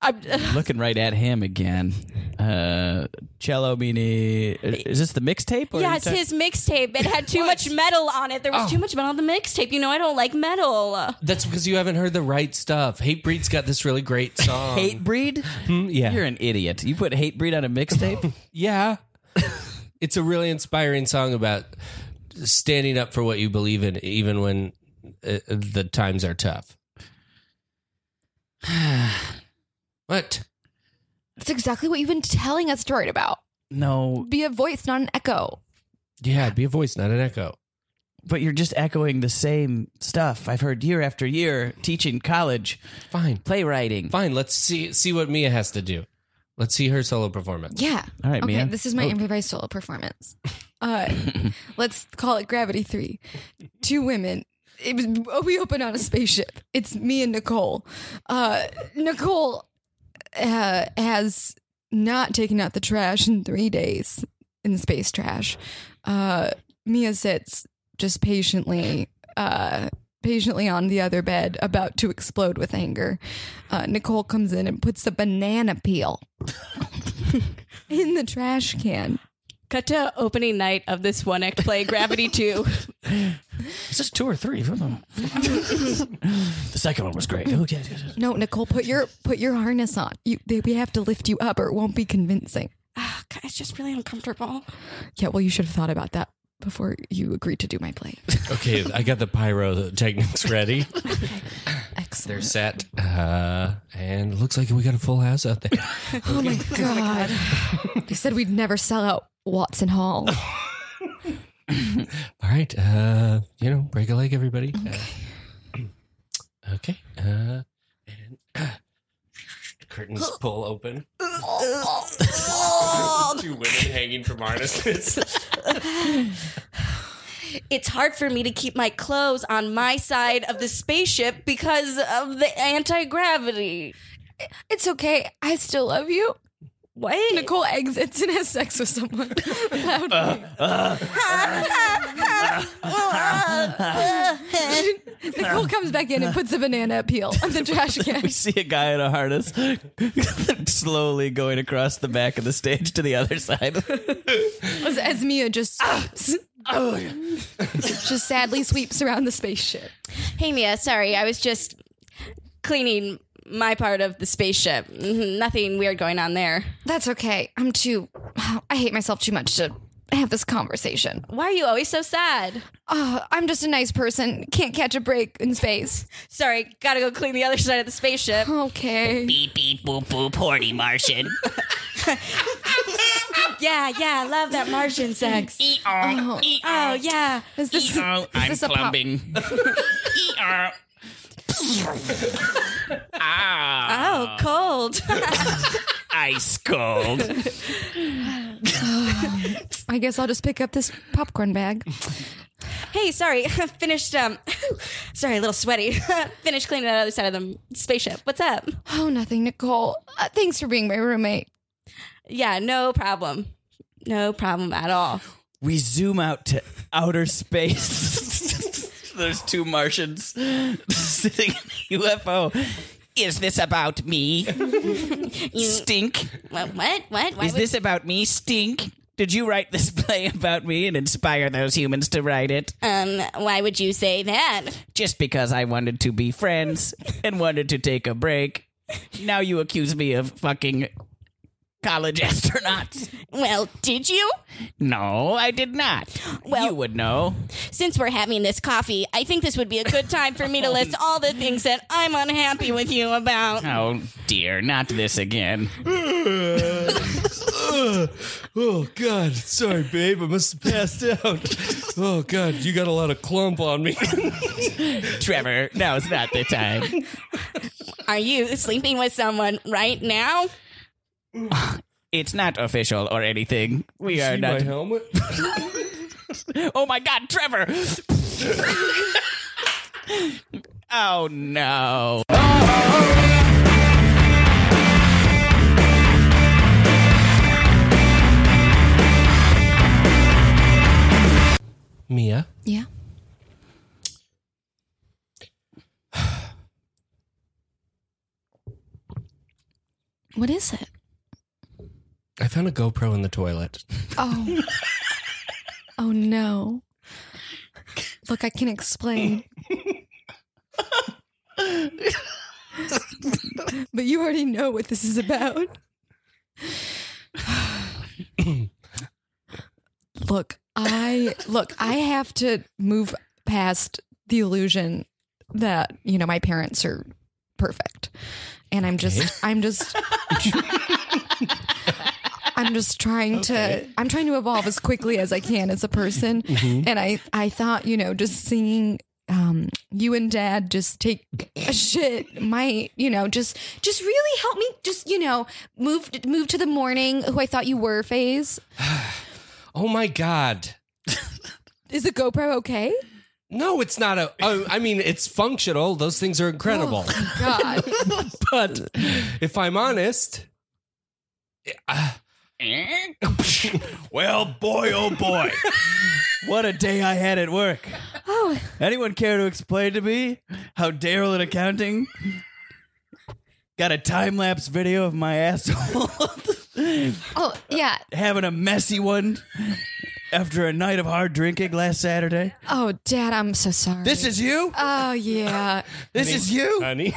F: I'm,
C: looking right at him again? Uh, cello meanie. Is this the mixtape? or are
F: yeah,
C: you
F: it's
C: talk-
F: his mixtape. It had too much metal on it. There was too much metal on the mixtape. You know, I don't like metal.
D: That's because you haven't heard the right stuff. Hate Breed's got this really great song.
C: Hate breed?
D: Hmm, yeah.
C: Oh. You're an idiot. You put hate breed on a mixtape?
D: Yeah. it's a really inspiring song about standing up for what you believe in, even when uh, the times are tough. what?
E: That's exactly what you've been telling us to write about.
C: no,
E: Be a voice, not an echo.
D: Yeah, be a voice, not an echo.
C: but you're just echoing the same stuff I've heard year after year teaching college,
D: Fine.
C: playwriting.
D: Fine. Let's see see what Mia has to do. Let's see her solo performance.
E: Yeah.
C: All right,
E: okay,
C: Mia.
E: this is my
C: Oh.
E: improvised solo performance. Uh, let's call it Gravity 3. Two women. It was, oh, we open on a spaceship. It's me and Nicole. Uh, Nicole uh, has not taken out the trash in three days in the space trash. Uh, Mia sits just patiently, uh, patiently on the other bed, about to explode with anger. Uh, Nicole comes in and puts a banana peel in the trash can.
F: Cut to opening night of this one act play, Gravity 2.
C: Is this two or three? the second one was great. Okay.
E: No, Nicole, put your put your harness on. You, they- we have to lift you up, or it won't be convincing.
F: Ah, God, it's just really uncomfortable.
E: Yeah, well, you should have thought about that before you agreed to do my play.
D: Okay, I got the pyrotechnics ready. They're
E: Excellent.
D: set. Uh, and looks like we got a full house out there.
E: Oh my god! they said we'd never sell out Watson Hall.
D: All right. Uh, you know, break a leg, everybody. Uh, okay. Uh, and curtains pull open. Two women hanging from harnesses.
F: It's hard for me to keep my clothes on my side of the spaceship because of the anti gravity.
E: It's okay. I still love you.
F: What?
E: Nicole exits and has sex with someone. Loudly. Nicole comes back in and puts a banana peel on the trash can.
C: We see a guy in a harness slowly going across the back of the stage to the other side.
E: as, as Mia just sweeps. just sadly sweeps around the spaceship.
F: Hey, Mia, sorry. I was just cleaning my part of the spaceship. Mhm, Nothing weird going on there.
E: That's okay. I'm too. I hate myself too much to have this conversation.
F: Why are you always so sad?
E: Oh, I'm just a nice person. Can't catch a break in space.
F: Sorry, gotta go clean the other side of the spaceship.
E: Okay.
B: Beep beep boop boop horny Martian.
F: Yeah, yeah, love that Martian sex.
B: E E-oh,
F: Oh, yeah.
E: Ah, Is this,
B: E-oh, I'm E
E: this a pop-
B: clubbing. E-oh. ah,
F: Oh, cold.
B: ice cold.
E: I guess I'll just pick up this popcorn bag.
F: hey, sorry. Finished, um, sorry, a little sweaty. Finished cleaning that other side of the spaceship. What's up?
E: Oh, nothing, Nicole. Uh, thanks for being my roommate.
F: Yeah, no problem. No problem at all.
C: we zoom out to outer space. There's two Martians sitting in a UFO.
B: Is this about me?
C: Stink.
F: What? What? what? Why
B: Is
F: would-
B: this about me? Stink.
C: Did you write this play about me and inspire those humans to write it?
F: um, why would you say that?
C: Just because I wanted to be friends and wanted to take a break. Now you accuse me of fucking college astronauts.
F: Well, did you?
C: No, I did not.
F: Well-
C: you would know.
F: Since we're having this coffee, I think this would be a good time for
B: Oh.
F: me to list all the things that I'm unhappy with you about.
C: Oh dear, not this again.
D: oh God! Sorry, babe. I must have passed out. Oh God! You got a lot of clump on me.
C: Trevor, now is not the time.
F: Are you sleeping with someone right now?
C: It's not official or anything. We are
D: my
C: not.
D: helmet.
C: Oh my god, Trevor! Oh no.
D: Mia,
E: Yeah. What is it?
D: I found a GoPro in the toilet.
E: Oh. oh no. Look, I can explain. but you already know what this is about. look, I look, I have to move past the illusion that, you know, my parents are perfect. And I'm just I'm just I'm just trying to I'm trying to evolve as quickly as I can as a person.
C: Mm-hmm.
E: And I I thought, you know, just singing um you and dad just take a shit might, you know, just just really help me just, you know, move move to the morning who I thought you were phase.
D: Oh my god.
E: Is the GoPro okay?
D: No, it's not a. oh, I mean, it's functional. Those things are incredible.
E: Oh, God.
D: but if I'm honest,
C: Well, boy, oh boy. what a day I had at work.
E: Oh,
C: Anyone care to explain to me how Daryl in accounting got a time lapse video of my asshole
E: oh yeah.
C: having a messy one after a night of hard drinking last Saturday?
E: Oh, dad, I'm so sorry.
C: This is you?
E: Oh yeah.
C: This is you?
D: honey,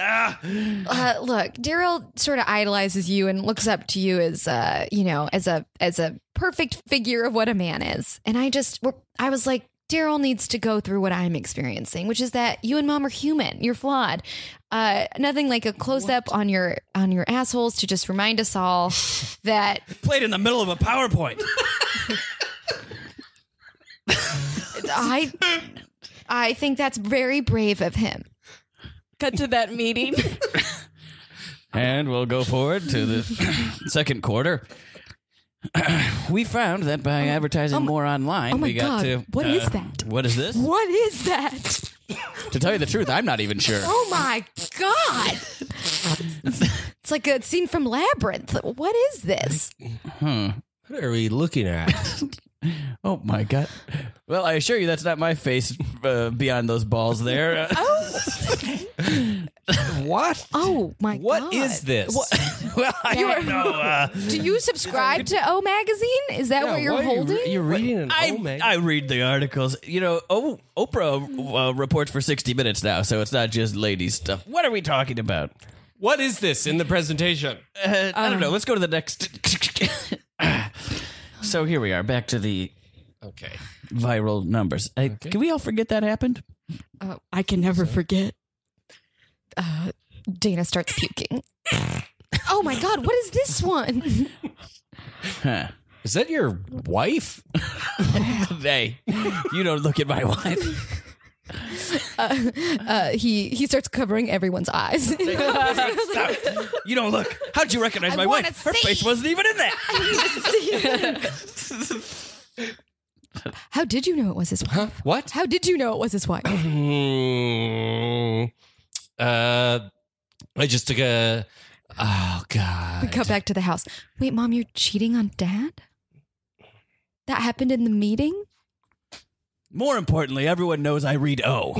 C: Ah.
E: Uh, look, Daryl sort of idolizes you and looks up to you as uh, you know, as a as a perfect figure of what a man is. And I just we're- I was like Daryl needs to go through what I'm experiencing, which is that you and mom are human. You're flawed. Uh, nothing like a close up on your on your assholes to just remind us all that
C: Played in the middle of a PowerPoint.
E: I I think that's very brave of him.
I: Cut to that meeting.
C: And we'll go forward to the second quarter. we found that by advertising more online,
E: oh my
C: we got
E: God,
C: to. uh,
E: what is that?
C: What is this?
E: What is that?
C: To tell you the truth, I'm not even sure.
E: Oh my god! it's like a scene from Labyrinth. What is this?
D: what are we looking at?
C: Hmm. Oh my god! Well, I assure you, that's not my face uh, beyond those balls there.
D: What?
E: Oh my god!
D: What is this?
C: well, I don't
E: That-
C: know. Uh,
E: Do you subscribe to O Magazine? Is that
D: Yeah,
E: what Oh, you're
D: why are you-
E: holding?
D: You're reading an
C: I,
D: old man.
C: I read the articles. You know, oh, Oprah uh, reports for sixty minutes now, so it's not just ladies stuff. What are we talking about?
D: what is this in the presentation?
C: Uh, I don't know. Let's go to the next. so here we are, back to the
D: Okay.
C: viral numbers. Uh, Can we all forget that happened?
I: I can never forget.
E: Dana starts puking. oh my god! What is this one?
C: Huh.
D: Is that your wife?
C: Hey, you don't look at my wife.
E: Uh, uh, he he starts covering everyone's eyes.
C: Stop. You don't look. How did you recognize
E: I
C: my
E: wanna
C: wife? Her
E: see.
C: face wasn't even in that.
E: How did you know it was his wife?
D: What?
E: How did you know it was his wife?
D: Hmm. uh, I just took a. Oh
E: We
D: God!
E: go back to the house. Wait, mom, you're cheating on dad? That happened in the meeting?
C: More importantly, everyone knows I read O.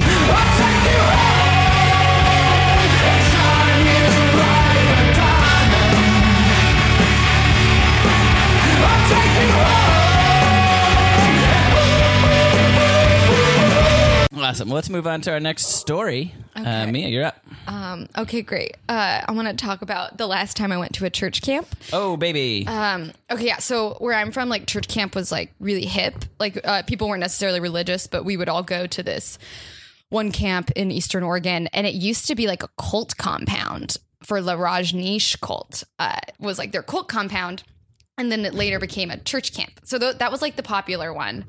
C: Awesome. Let's move on to our next story. Uh,
E: Okay.
C: Mia, you're up.
E: Um, okay, great. Uh, I want to talk about the last time I went to a church camp.
C: Oh, baby.
E: Um, okay, yeah. So where I'm from, like church camp was like really hip. Like uh, people weren't necessarily religious, but we would all go to this one camp in Eastern Oregon, and it used to be like a cult compound for La Rajneesh cult. Uh, was like their cult compound, and then it later became a church camp. So th- that was like the popular one,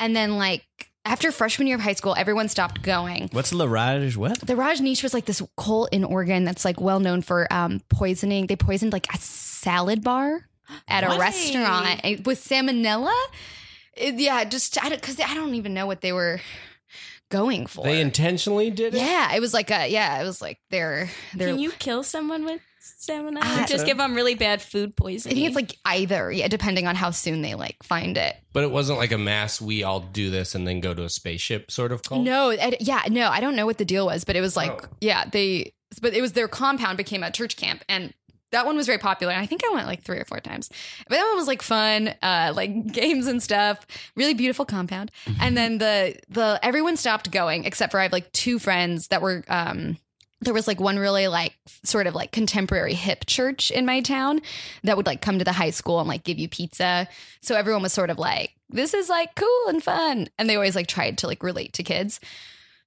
E: and then like after freshman year of high school, everyone stopped going.
C: What's Larage? What?
E: The Rajneesh was like this cult in Oregon that's like well known for um, poisoning. They poisoned like a salad bar at a restaurant with eh, salmonella. It- yeah, just I don't because I don't even know what they were going for.
D: They intentionally did it.
E: yeah, it was like a yeah, it was like their their.
F: Can you kill someone with salmonella?
E: I-
F: just give them really bad food
E: I
F: poisoning.
E: think it's like either yeah, depending on how soon they like find it.
D: But it wasn't like a mass, we all do this and then go to a spaceship sort of cult.
E: No, I, yeah, no, I don't know what the deal was, but it was like, yeah, they, but it was their compound became a church camp, and that one was very popular. And I think I went like three or four times, but that one was like fun, uh, like games and stuff. Really beautiful compound. And then the the everyone stopped going except for I have like two friends that were. um there was like one really like sort of like contemporary hip church in my town that would like come to the high school and like give you pizza. So everyone was sort of like, this is like cool and fun. And they always like tried to like relate to kids.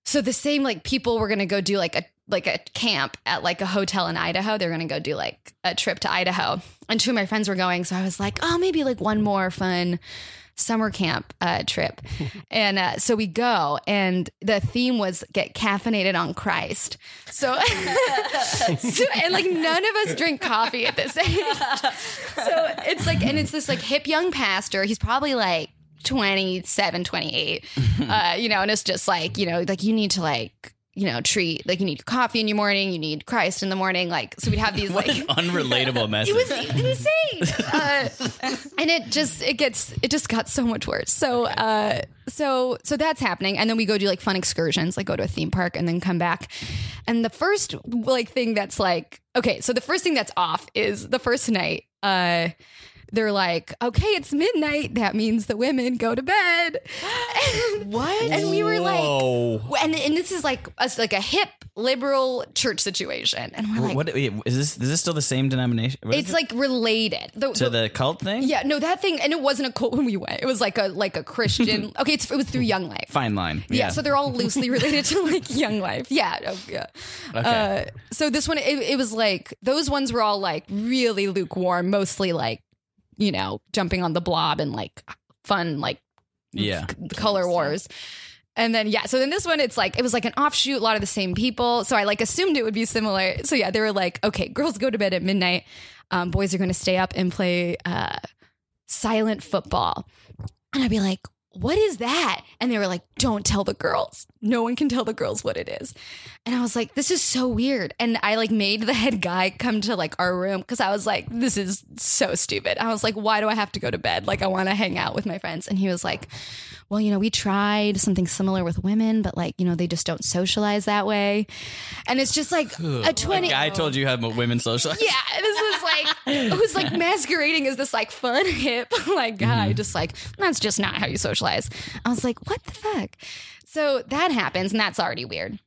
E: So the same like people were gonna go do like a like a camp at like a hotel in Idaho. They're gonna go do like a trip to Idaho. And two of my friends were going. So I was like, oh, maybe like one more fun summer camp uh, trip. and uh, so we go, and the theme was get caffeinated on Christ. So, so- and like none of us drink coffee at this age. So it's like, and it's this like hip young pastor. He's probably like 27, 28, uh, you know, and it's just like, you know, like you need to like, you know, treat like you need coffee in your morning, you need Christ in the morning. Like, so we'd have these like
C: Unrelatable message.
E: it was E, insane uh, and it just it gets it just got so much worse so uh so so that's happening and then we go do like fun excursions like go to a theme park and then come back and the first like thing that's like okay so the first thing that's off is the first night uh they're like, okay, it's midnight. That means the women go to bed. what? And we were like, and, and this is like us like a hip liberal church situation, and we're like,
C: what wait, is this? Is this still the same denomination? What is
E: it's
C: it?
E: like related. The-
C: to the cult thing.
E: yeah, no, that thing, and it wasn't a cult when we went. It was like a like a Christian. okay, it's, it was through Young Life.
C: Fine line.
E: Yeah, so they're all loosely related to like Young Life. Yeah, oh, yeah. Uh, so this one, it, it was like those ones were all like really lukewarm, mostly like you know jumping on the blob and like fun like
C: yeah.
E: c- color wars. And then yeah, so then this one it's like it was like an offshoot, a lot of the same people. So I like assumed it would be similar. So yeah, they were like, okay, girls go to bed at midnight, um, boys are going to stay up and play uh, silent football. And I'd be like, what is that? And they were like, don't tell the girls. No one can tell the girls what it is. And I was like, this is so weird. And I like made the head guy come to like our room because I was like, this is so stupid. I was like, why do I have to go to bed? Like, I want to hang out with my friends. And he was like, well, you know, we tried something similar with women, but like, you know, they just don't socialize that way. And it's just like a 20.
C: I told you how women socialize.
E: Oh. Yeah, this was like who's like masquerading as this like fun hip like guy, just like that's just not how you socialize. I was like, what the fuck? So that happens, and that's already weird.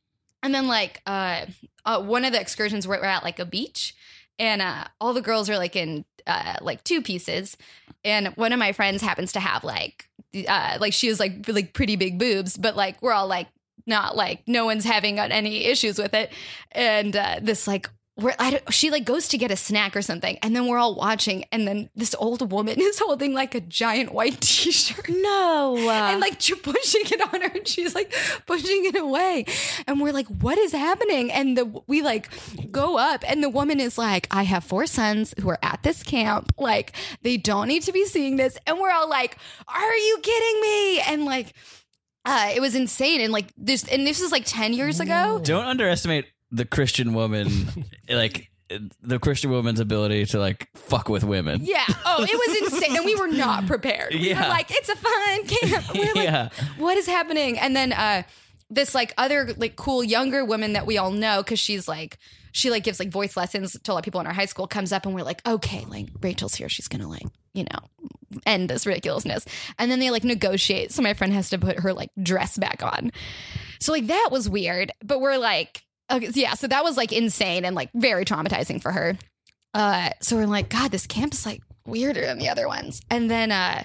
E: And then like uh, uh one of the excursions we're, we're at like a beach, and uh, all the girls are like in uh, like two pieces, and one of my friends happens to have like the- uh like she has like like pretty big boobs, but like we're all like not like no one's having any issues with it and uh, this like we're, I don't, she like goes to get a snack or something and then we're all watching and then this old woman is holding like a giant white t-shirt
F: no.
E: and like ch- pushing it on her and she's like pushing it away and we're like what is happening and the we like go up and the woman is like i have four sons who are at this camp like they don't need to be seeing this and we're all like are you kidding me and like uh, it was insane and like this and this is like 10 years ago
C: Don't underestimate the Christian woman, like the Christian woman's ability to like fuck with women.
E: Yeah. Oh, it was insane. And we were not prepared. We
C: Yeah.
E: were like, it's a fun camp. We We're like,
C: Yeah.
E: what is happening? And then uh this like other like cool younger woman that we all know because she's like she like gives like voice lessons to a lot of people in our high school comes up and we're like, okay, like Rachel's here. She's gonna like, you know, end this ridiculousness. And then they like negotiate. So my friend has to put her like dress back on. So like that was weird, but we're like, okay, yeah. So that was like insane and like very traumatizing for her. Uh, so we're like, God, this camp is like weirder than the other ones. And then uh,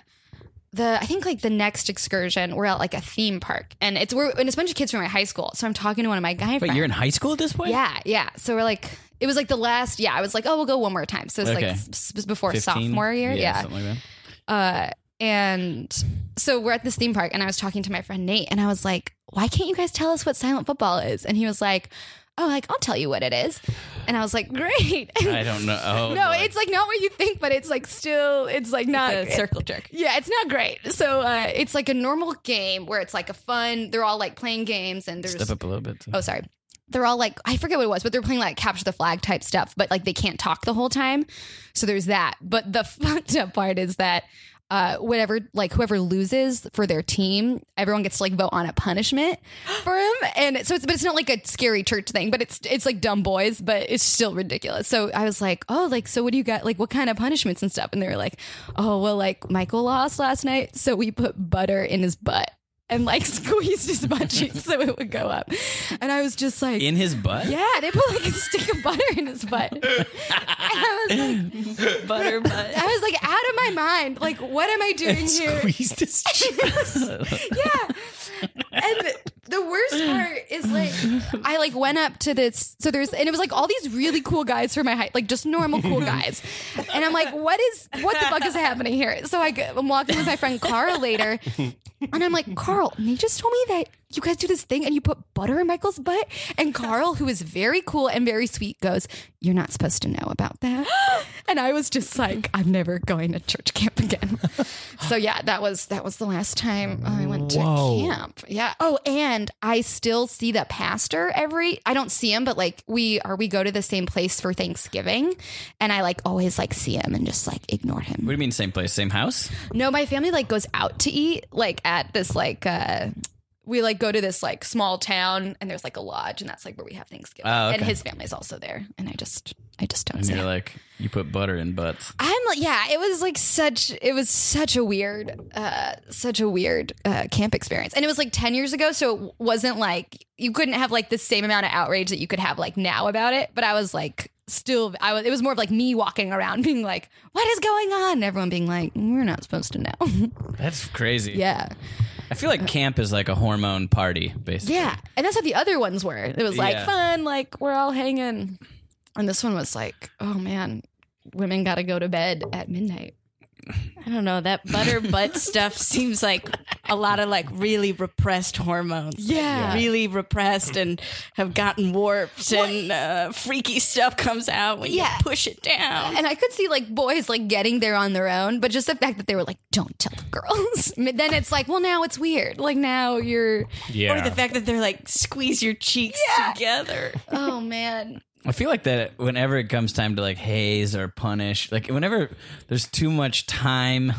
E: the I think like the next excursion, we're at like a theme park, and it's we're and it's a bunch of kids from my high school. So I'm talking to one of my guy
C: But
E: friends.
C: you're in high school at this point.
E: yeah, yeah. So we're like, it was like the last. Yeah, I was like, oh, we'll go one more time. So it's
C: Okay.
E: like s- s- before
C: 15?
E: sophomore year. yeah.
C: Something like that.
E: Uh, and so we're at this theme park, and I was talking to my friend Nate, and I was like, "Why can't you guys tell us what silent football is?" And he was like, oh, like I'll tell you what it is. And I was like, great. And-
C: I don't know. Oh,
E: no,
C: boy.
E: it's like not what you think, but it's like still, it's like not
F: a circle jerk.
E: yeah, it's not great. So uh, it's like a normal game where it's like a fun. They're all like playing games, and there's
C: Step up a little bit.
E: oh sorry, they're all like I forget what it was, but they're playing like capture the flag type stuff, but like they can't talk the whole time. So there's that. But the fucked up part is that uh, whatever like whoever loses for their team, everyone gets to like vote on a punishment for him. And so it's but it's not like a scary church thing, but it's it's like dumb boys, but it's still ridiculous. So I was like, oh, like so what do you got? Like what kind of punishments and stuff? And they were like, oh well, like Michael lost last night, so we put butter in his butt. And like squeezed his butt cheeks so it would go up, and I was just like,
C: In his butt?
E: yeah, they put like a stick of butter in his butt. And I was like,
F: Butter butt.
E: I was like out of my mind. Like, what am I doing here?
C: Squeezed his
E: yeah. And the worst part is like I like went up to this so there's and it was like all these really cool guys for my height, like just normal cool guys. And I'm like, what is what the fuck is happening here? So I, go- I'm walking with my friend Carl later, and I'm like, Carl, they just told me that you guys do this thing and you put butter in Michael's butt. And Carl, who is very cool and very sweet, goes, You're not supposed to know about that. And I was just like, I'm never going to church camp again. So yeah, that was that was the last time I went to camp. Yeah. Oh, and I still see the pastor every I don't see him, but like we are we go to the same place for Thanksgiving and I like always like see him and just like ignore him.
C: What do you mean, same place, same house?
E: No, my family like goes out to eat like at this like uh we like go to this like small town and there's like a lodge and that's like where we have Thanksgiving.
C: Oh, okay.
E: And his family's also there and I just I just don't
C: And
E: see
C: you're
E: him.
C: like, you put butter in butts.
E: I'm like yeah, it was like such it was such a weird uh such a weird uh camp experience. And it was like 10 years ago so it wasn't like you couldn't have like the same amount of outrage that you could have like now about it, but I was like still I was it was more of like me walking around being like what is going on and everyone being like we're not supposed to know.
C: That's crazy.
E: yeah.
C: I feel like camp is like a hormone party, basically.
E: Yeah. And that's how the other ones were. It was like
C: Yeah.
E: fun, like we're all hanging. And this one was like, oh man, women got to go to bed at midnight.
F: I don't know. Oh, That butter butt stuff seems like a lot of like really repressed hormones.
E: Yeah.
F: Really repressed and have gotten warped and uh, freaky stuff comes out when
E: Yeah.
F: you push it down.
E: And I could see like boys like getting there on their own, but just the fact that they were like, don't tell the girls. then it's like, well, now it's weird. Like now you're,
D: Yeah.
F: Or the fact that they're like squeeze your cheeks together.
E: oh man.
C: I feel like that whenever it comes time to like haze or punish, like whenever there's too much time,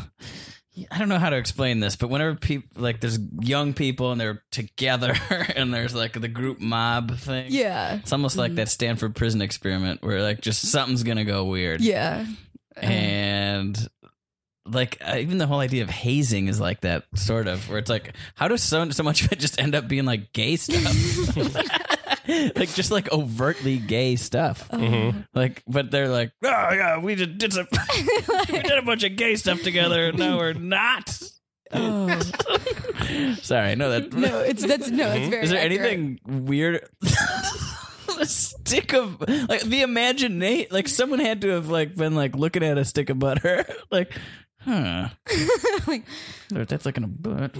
C: I don't know how to explain this, but whenever people like there's young people and they're together and there's like the group mob thing.
E: Yeah.
C: It's almost like that Stanford prison experiment where like just something's going to go weird.
E: Yeah.
C: Uh-huh. And like uh, even the whole idea of hazing is like that sort of where it's like how does so, so much of it just end up being like gay stuff? like just like overtly gay stuff. Like, but they're like, oh yeah, we just did some, we did a bunch of gay stuff together, and now we're not.
I: Oh.
C: Sorry, no, that
E: No, it's, that's, no, it's
C: Mm-hmm.
E: very.
C: is there
E: accurate.
C: anything weird? a stick of like the imaginate like someone had to have like been like looking at a stick of butter like huh
E: Like-
C: that's like in a butt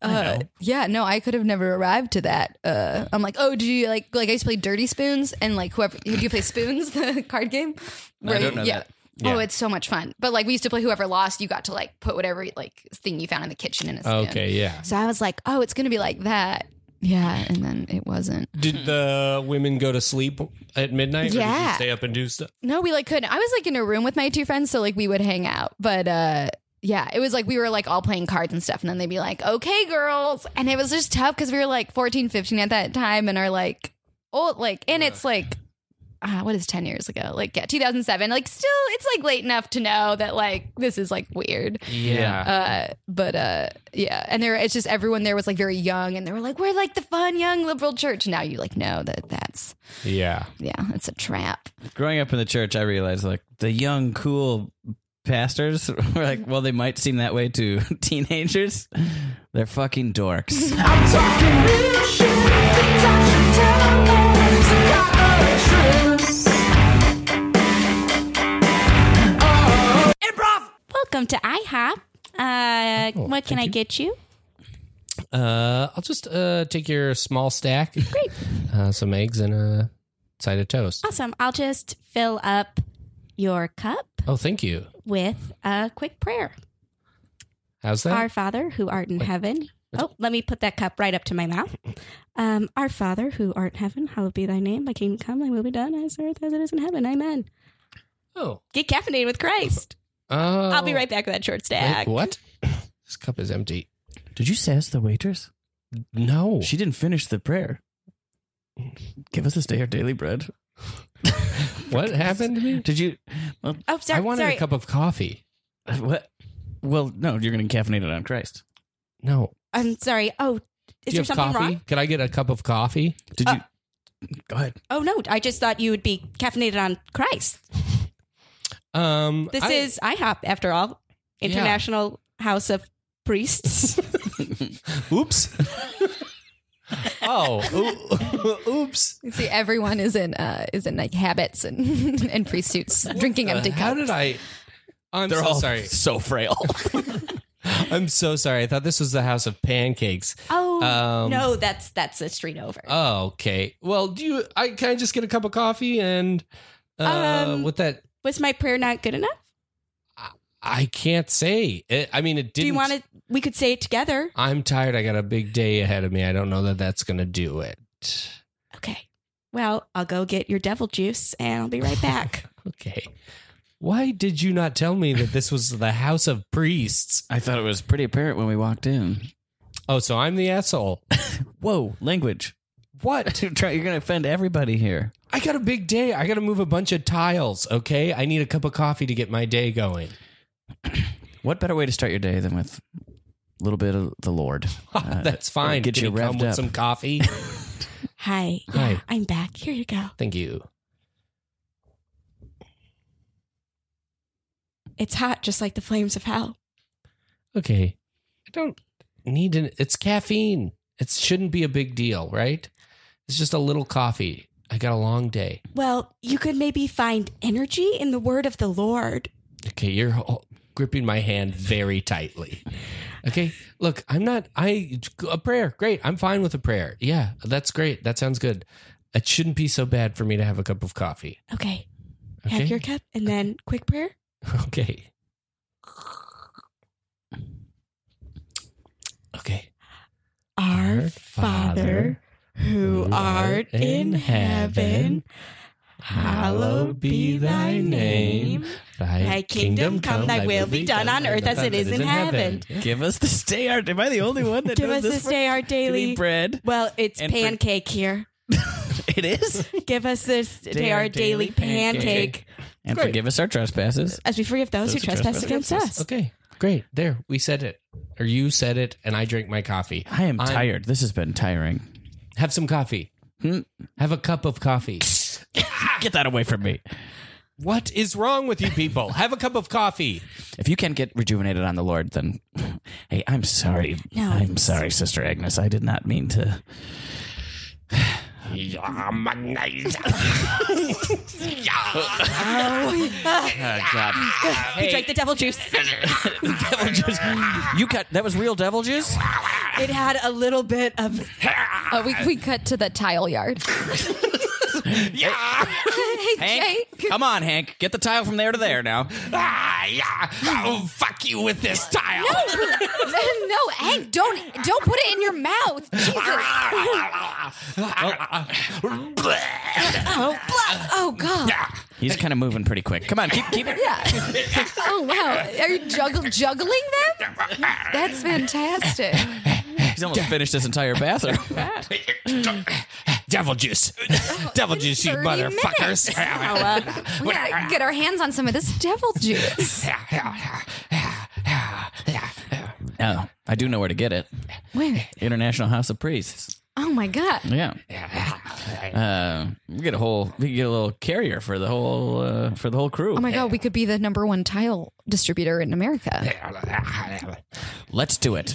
E: Uh, yeah, no, I could have never arrived to that. Uh, I'm like, oh, do you like like I used to play Dirty Spoons and like whoever do you play Spoons the card game? Where-
C: don't know
E: yeah.
C: that.
D: Yeah.
E: Oh, it's so much fun. But like we used to play whoever lost, you got to like put whatever like thing you found in the kitchen in a spoon.
D: Okay, yeah.
E: So I was like, oh, it's gonna be like that. Yeah, and then it wasn't.
D: Did the women go to sleep at midnight? Or did you
E: Yeah.
D: stay up and do stuff?
E: No, we like couldn't. I was like in a room with my two friends, so like we would hang out. But uh yeah, it was like we were like all playing cards and stuff, and then they'd be like, "Okay, girls," and it was just tough because we were like 14, 15 at that time, and are like old, like, and it's like. Uh, what is 10 years ago like yeah 2007 like still it's like late enough to know that like this is like weird
D: Yeah.
E: uh but uh yeah and there it's just everyone there was like very young and they were like we're like the fun young liberal church now you like know that that's
D: Yeah.
E: yeah it's a trap
C: growing up in the church i realized like the young cool pastors were like well they might seem that way to teenagers they're fucking dorks
F: Welcome to IHOP. Uh, what can I get you?
D: Uh, I'll just uh, take your small stack, Great. Uh, some eggs, and a side of toast.
F: Awesome. I'll just fill up your cup
D: Oh, thank you.
F: with a quick prayer.
D: How's that?
F: Our Father who art in heaven. Oh, let me put that cup right up to my mouth. Um, our Father who art in heaven, hallowed be thy name. Thy kingdom come, thy will be done as on earth as it is in heaven. Amen.
D: oh,
F: Get caffeinated with Christ.
D: oh,
F: I'll be right back with that short
D: Wait,
F: stack.
D: what? This cup is empty.
C: Did you sass the waitress?
D: No,
C: She didn't finish the prayer. Give us this day our daily bread.
D: what happened to me?
C: Did you?
F: Oh, sorry.
D: I wanted
F: sorry.
D: a cup of coffee.
C: What? Well, no, you're going to caffeinate it on Christ.
D: No,
F: I'm sorry. Oh, is
D: Do you
F: there
D: have
F: something
D: coffee?
F: wrong?
D: Can I get a cup of coffee?
C: Did you? Go ahead.
F: Oh no, I just thought you would be caffeinated on Christ.
D: Um,
F: Uh, This
D: I-
F: is IHOP after all,
D: Yeah.
F: International House of Priests.
D: Oops. oh, oo- oops.
E: You see, everyone is in uh, is in like habits and and priest suits, drinking empty
D: Uh, how
E: cups.
D: did I? I'm
F: Oh,
D: so sorry.
C: Oh, so frail.
D: I'm so sorry. I thought this was the house of pancakes.
F: oh
D: Um,
F: no, that's that's a street over.
D: Oh, okay. Well, do you? I can I just get a cup of coffee and uh,
F: Um,
D: with that.
F: Was my prayer not good enough?
D: I can't say. It, I mean, it didn't.
F: Do you want to? We could say it together.
D: I'm tired. I got a big day ahead of me. I don't know that that's going to do it.
F: Okay. Well, I'll go get your devil juice and I'll be right back.
D: Okay. Why did you not tell me that this was the house of priests?
C: I thought it was pretty apparent when we walked in.
D: Oh, so I'm the asshole.
C: Whoa, language.
D: What?
C: You're going to offend everybody here.
D: I got a big day. I got to move a bunch of tiles. Okay. I need a cup of coffee to get my day going.
C: What better way to start your day than with a little bit of the Lord? Uh,
D: That's fine.
C: get
D: Can
C: you
D: come
C: revved
D: with
C: up.
D: some coffee?
F: Hi.
D: Hi.
F: Yeah, I'm back. Here you go.
D: Thank you.
F: It's hot, just like the flames of hell.
D: Okay. I don't need an. It's caffeine. It shouldn't be a big deal, right? It's just a little coffee. I got a long day.
F: Well, you could maybe find energy in the word of the Lord.
D: Okay, you're ho- gripping my hand very tightly. Okay, look, I'm not. I a prayer, great. I'm fine with a prayer. Yeah, that's great. That sounds good. It shouldn't be so bad for me to have a cup of coffee.
F: Okay.
D: Okay,
F: Have your cup and then quick prayer.
D: okay, okay.
F: Our Father, who art in heaven, hallowed be thy name. Thy kingdom come, thy will be done on earth as it is in heaven.
C: Give us this day our. Am I the only one that
F: Give
C: knows
F: us this
C: word?
F: day our daily.
C: bread?
F: Well, it's
C: And for-
F: pancake here.
C: It is.
F: Give us this day our daily pancake,
C: And
D: Great.
C: forgive us our trespasses.
F: as we forgive those who
C: Those who
F: trespass
C: trespass
F: against us.
D: Okay, great. There, we said it, or you said it, and I drank my coffee.
C: I am
D: I'm-
C: tired. This has been tiring.
D: Have some coffee.
C: Hmm.
D: Have a cup of coffee.
F: Ah!
C: Get that away from me.
D: What is wrong with you people? Have a cup of coffee.
C: If you can't get rejuvenated on the Lord, then hey, I'm sorry.
F: No,
C: I'm
F: it's-
C: sorry, Sister Agnes. I did not mean to.
F: You drank the devil juice.
C: Devil juice. You cut. That was real devil juice.
F: It had a little bit of
E: Oh, we we cut to the tile yard. hey,
C: Hank,
E: Jake.
C: come on, Hank. Get the tile from there to there now.
D: Ah, yeah. I'll fuck you with this tile.
E: no, Hank, don't don't put it in your mouth. Jesus.
F: oh,
E: Oh God.
C: He's kind of moving pretty quick. Come on, keep keep it.
E: Yeah. Oh wow. Are you juggle, juggling them? That's fantastic.
C: He's almost finished this entire bathroom.
D: Devil juice. Devil juice, you
E: 30
D: motherfuckers.
E: Oh, We gotta get our hands on some of this devil juice.
D: uh?
C: Oh, I do know where to get it.
E: Where?
C: International House of Priests.
E: Oh my God.
C: Yeah. Uh, we get a whole. We get a little carrier for the whole uh, for the whole crew.
E: Oh my God. We could be the number one tile distributor in America.
C: Let's do it.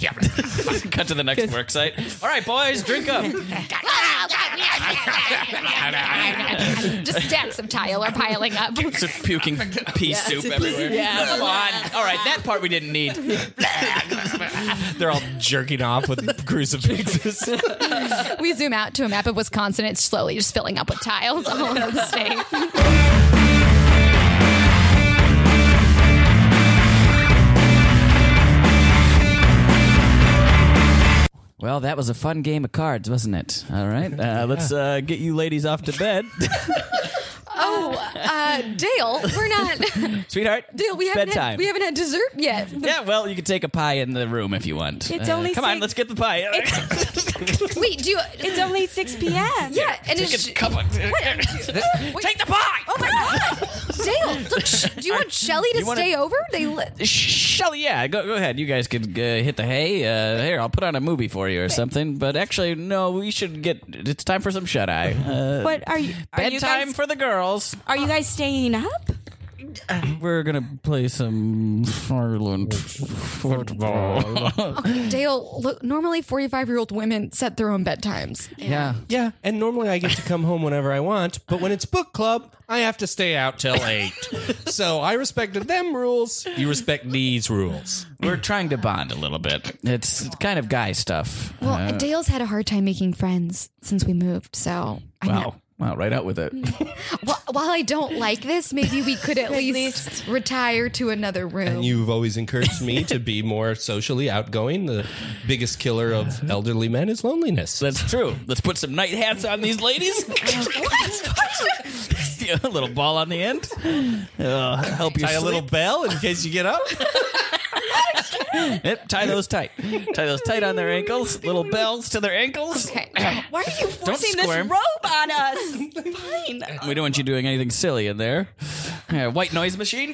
C: Cut to the next work site. All right, boys, drink up.
E: Just stacks of tile are piling up.
C: Just puking pea soup everywhere. Come on. All right, that part we didn't need.
D: They're all jerking off with crucifixes.
E: We zoom out to a map of Wisconsin. It's slowly just filling up with tiles all over the state.
C: Well, that was a fun game of cards, wasn't it? All right, uh, let's uh, get you ladies off to bed,
E: Oh, uh, Dale, we're not.
C: sweetheart.
E: Dale, we haven't,
C: bedtime.
E: had, we haven't had dessert yet.
C: yeah, well, you can take a pie in the room if you want. Uh,
F: It's only
C: come on.
F: six-
C: Let's get the pie.
E: Wait, do you.
F: It's only 6 p.m.
E: yeah, and it's.
C: Come on. Take the pie.
E: Oh my God. Dale, look, sh- do you want Shelly to
C: You wanna-
E: stay over? They li-
C: Shelly, yeah, go, go ahead. You guys could uh, hit the hay. Uh, here, I'll put on a movie for you or something. But actually, no, we should get. It's time for some shut eye. Uh,
F: What are you? Are you
C: bedtime
F: guys?
C: for the girls.
F: Are you guys staying up?
C: We're gonna play some Ireland football.
E: Dale, look, normally 45 year old women set their own bedtimes.
C: yeah,
D: yeah, and normally I get to come home whenever I want, but when it's book club, I have to stay out till eight. so I respected them rules. You respect these rules.
C: we're trying to bond a little bit. It's kind of guy stuff.
E: Well, Dale's had a hard time making friends since we moved, so. I know.
C: Wow. Wow, right out with it.
E: Well, while I don't like this, maybe we could at, least, retire to another room.
D: And you've always encouraged me to be more socially outgoing. The biggest killer of elderly men is loneliness.
C: That's true. Uh-huh. Let's put some night hats on these ladies. Yeah, a little ball on the end. Uh, help you
D: Tie a little
C: sleep.
D: bell in case you get up.
C: Yep, tie those tight. tie those tight on their ankles. Little bells to their ankles.
E: okay.
F: Why are you forcing this
C: squirm.
F: robe on us? Fine.
C: We don't want you doing anything silly in there. Yeah, white noise machine.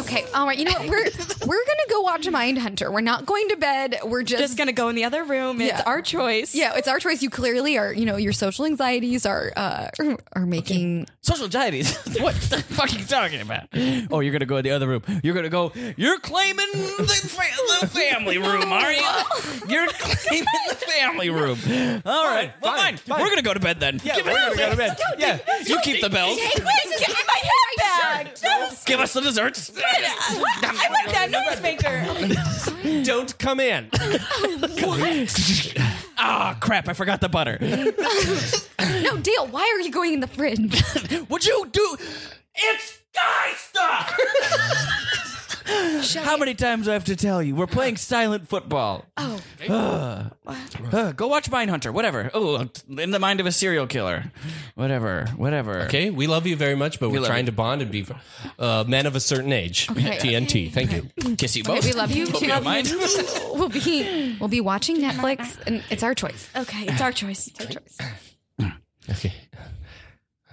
E: Okay. All right. You know what? We're we're gonna go watch Mindhunter. We're not going to bed. We're just,
F: Just gonna go in the other room. It's
E: Yeah.
F: our choice.
E: yeah. It's our choice. You clearly are. You know, your social anxieties are uh, are making.
C: Social anxieties. what the fuck are you talking about? Oh, you're gonna go in the other room. You're gonna go. You're claiming the, fa- the family room, are you? You're claiming the family room. All right, well, fine,
D: fine, fine.
C: We're gonna go to bed then. Yeah,
D: we're gonna go to bed.
C: Yeah, you keep the bells.
F: Give me my head back. That was
C: Give us the desserts.
F: I like that noisemaker.
D: Don't come in.
C: Ah, crap! I forgot the butter.
E: No, Dale. Why are you going in the fridge?
C: Would you do? It's guy stuff. How many times do I have to tell you? We're playing silent football.
E: Oh.
C: Ugh. Ugh, go watch Mindhunter. Whatever. Oh, in the mind of a serial killer. Whatever. Whatever.
D: Okay, we love you very much, but we're
C: love
D: trying
C: you.
D: to bond and be uh, men of a certain age.
E: Okay.
D: TNT. Thank you.
C: Kiss you both.
E: Okay, we love you.
C: Hope
E: We
C: you don't
E: love
C: mind.
E: we'll be we'll be watching Netflix, and it's our choice.
F: Okay, it's our choice. It's our choice.
D: Okay.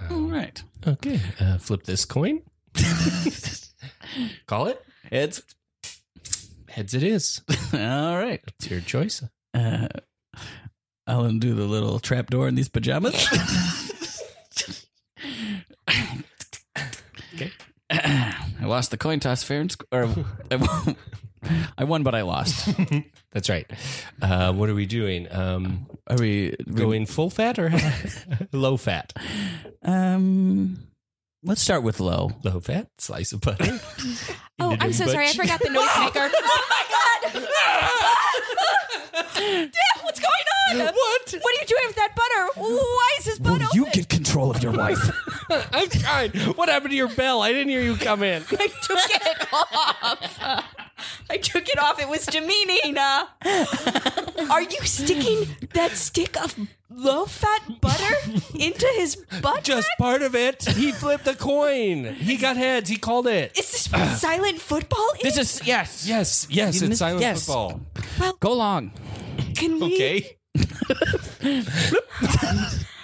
C: All right.
D: Okay. Uh, flip this coin. Call it.
C: It's
D: Heads it is.
C: all right.
D: It's your choice.
C: Uh, I'll undo the little trap door in these pajamas.
D: Okay.
C: I lost the coin toss fair and squ- or I won, but I lost.
D: That's right. Uh, what are we doing? Um,
C: Are we
D: going full fat or low fat?
C: Um, let's start with low.
D: Low fat, slice of butter.
F: Oh, I'm so sorry. I forgot the noisemaker. oh my god! Dale, what's going on? What? What are you doing with that butter? Why is his butt open?
C: get control of your wife?
D: I'm trying. What happened to your bell? I didn't hear you come in.
F: I took it off. I took it off. It was demeaning. uh. Are you sticking that stick of low fat butter into his butt?
D: Just
F: crack?
D: part of it. He flipped a coin. He got heads. He called it.
F: Is this what silent football? Is?
C: this is yes,
D: Yes, yes,
C: You
D: it's
C: missed-
D: silent
C: yes.
D: football.
C: Go long.
F: Can we?
D: Okay.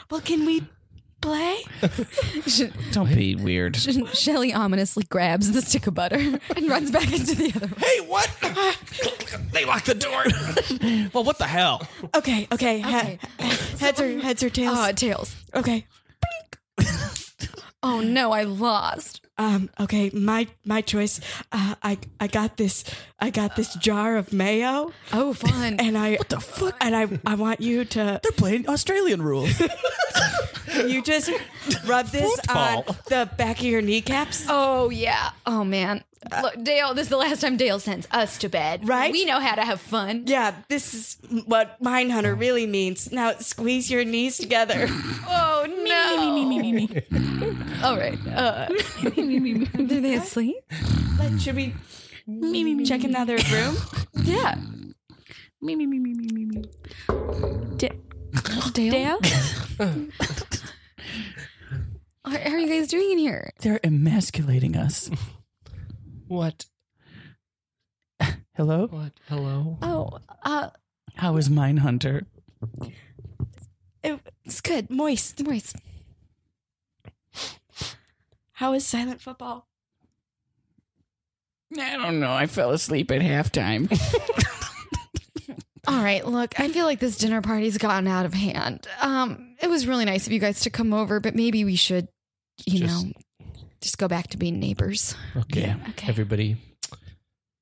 F: Well, can we play?
C: Don't be weird.
E: Shelly ominously grabs the stick of butter and runs back into the other room.
D: Hey, what? they locked the door.
C: well, what the hell?
I: Okay, okay. he-
E: Okay.
I: heads or
E: Ah,
I: heads or tails.
E: Oh, tails.
I: okay.
E: Oh no, I lost.
I: um, okay, my my choice. Uh, I I got this. I got this jar of mayo,
E: Oh, fun.
I: and I what the fuck? And I I want you to
C: They're playing Australian rules.
I: you just rub this on the back of your kneecaps.
E: oh, yeah. Oh, man. Look, Dale, this is the last time Dale sends us to bed.
I: Right?
E: We know how to have fun.
I: Yeah, this is what Mindhunter really means. Now squeeze your knees together.
E: Oh, no. All right. Uh, Are they asleep?
I: Like, Should we check another room?
E: Yeah. Dale?
F: Dale?
E: What are you guys doing in here?
C: They're emasculating us.
D: What?
C: Hello?
D: What? Hello?
E: Oh, uh,
C: How is Mindhunter?
E: it's good. Moist. Moist.
I: How is silent football?
B: I don't know. I fell asleep at halftime.
E: All right, look, I feel like this dinner party's gotten out of hand. Um, it was really nice of you guys to come over, but maybe we should, you
D: Just-
E: know, just go back to being neighbors.
D: Okay.
E: Okay.
D: Everybody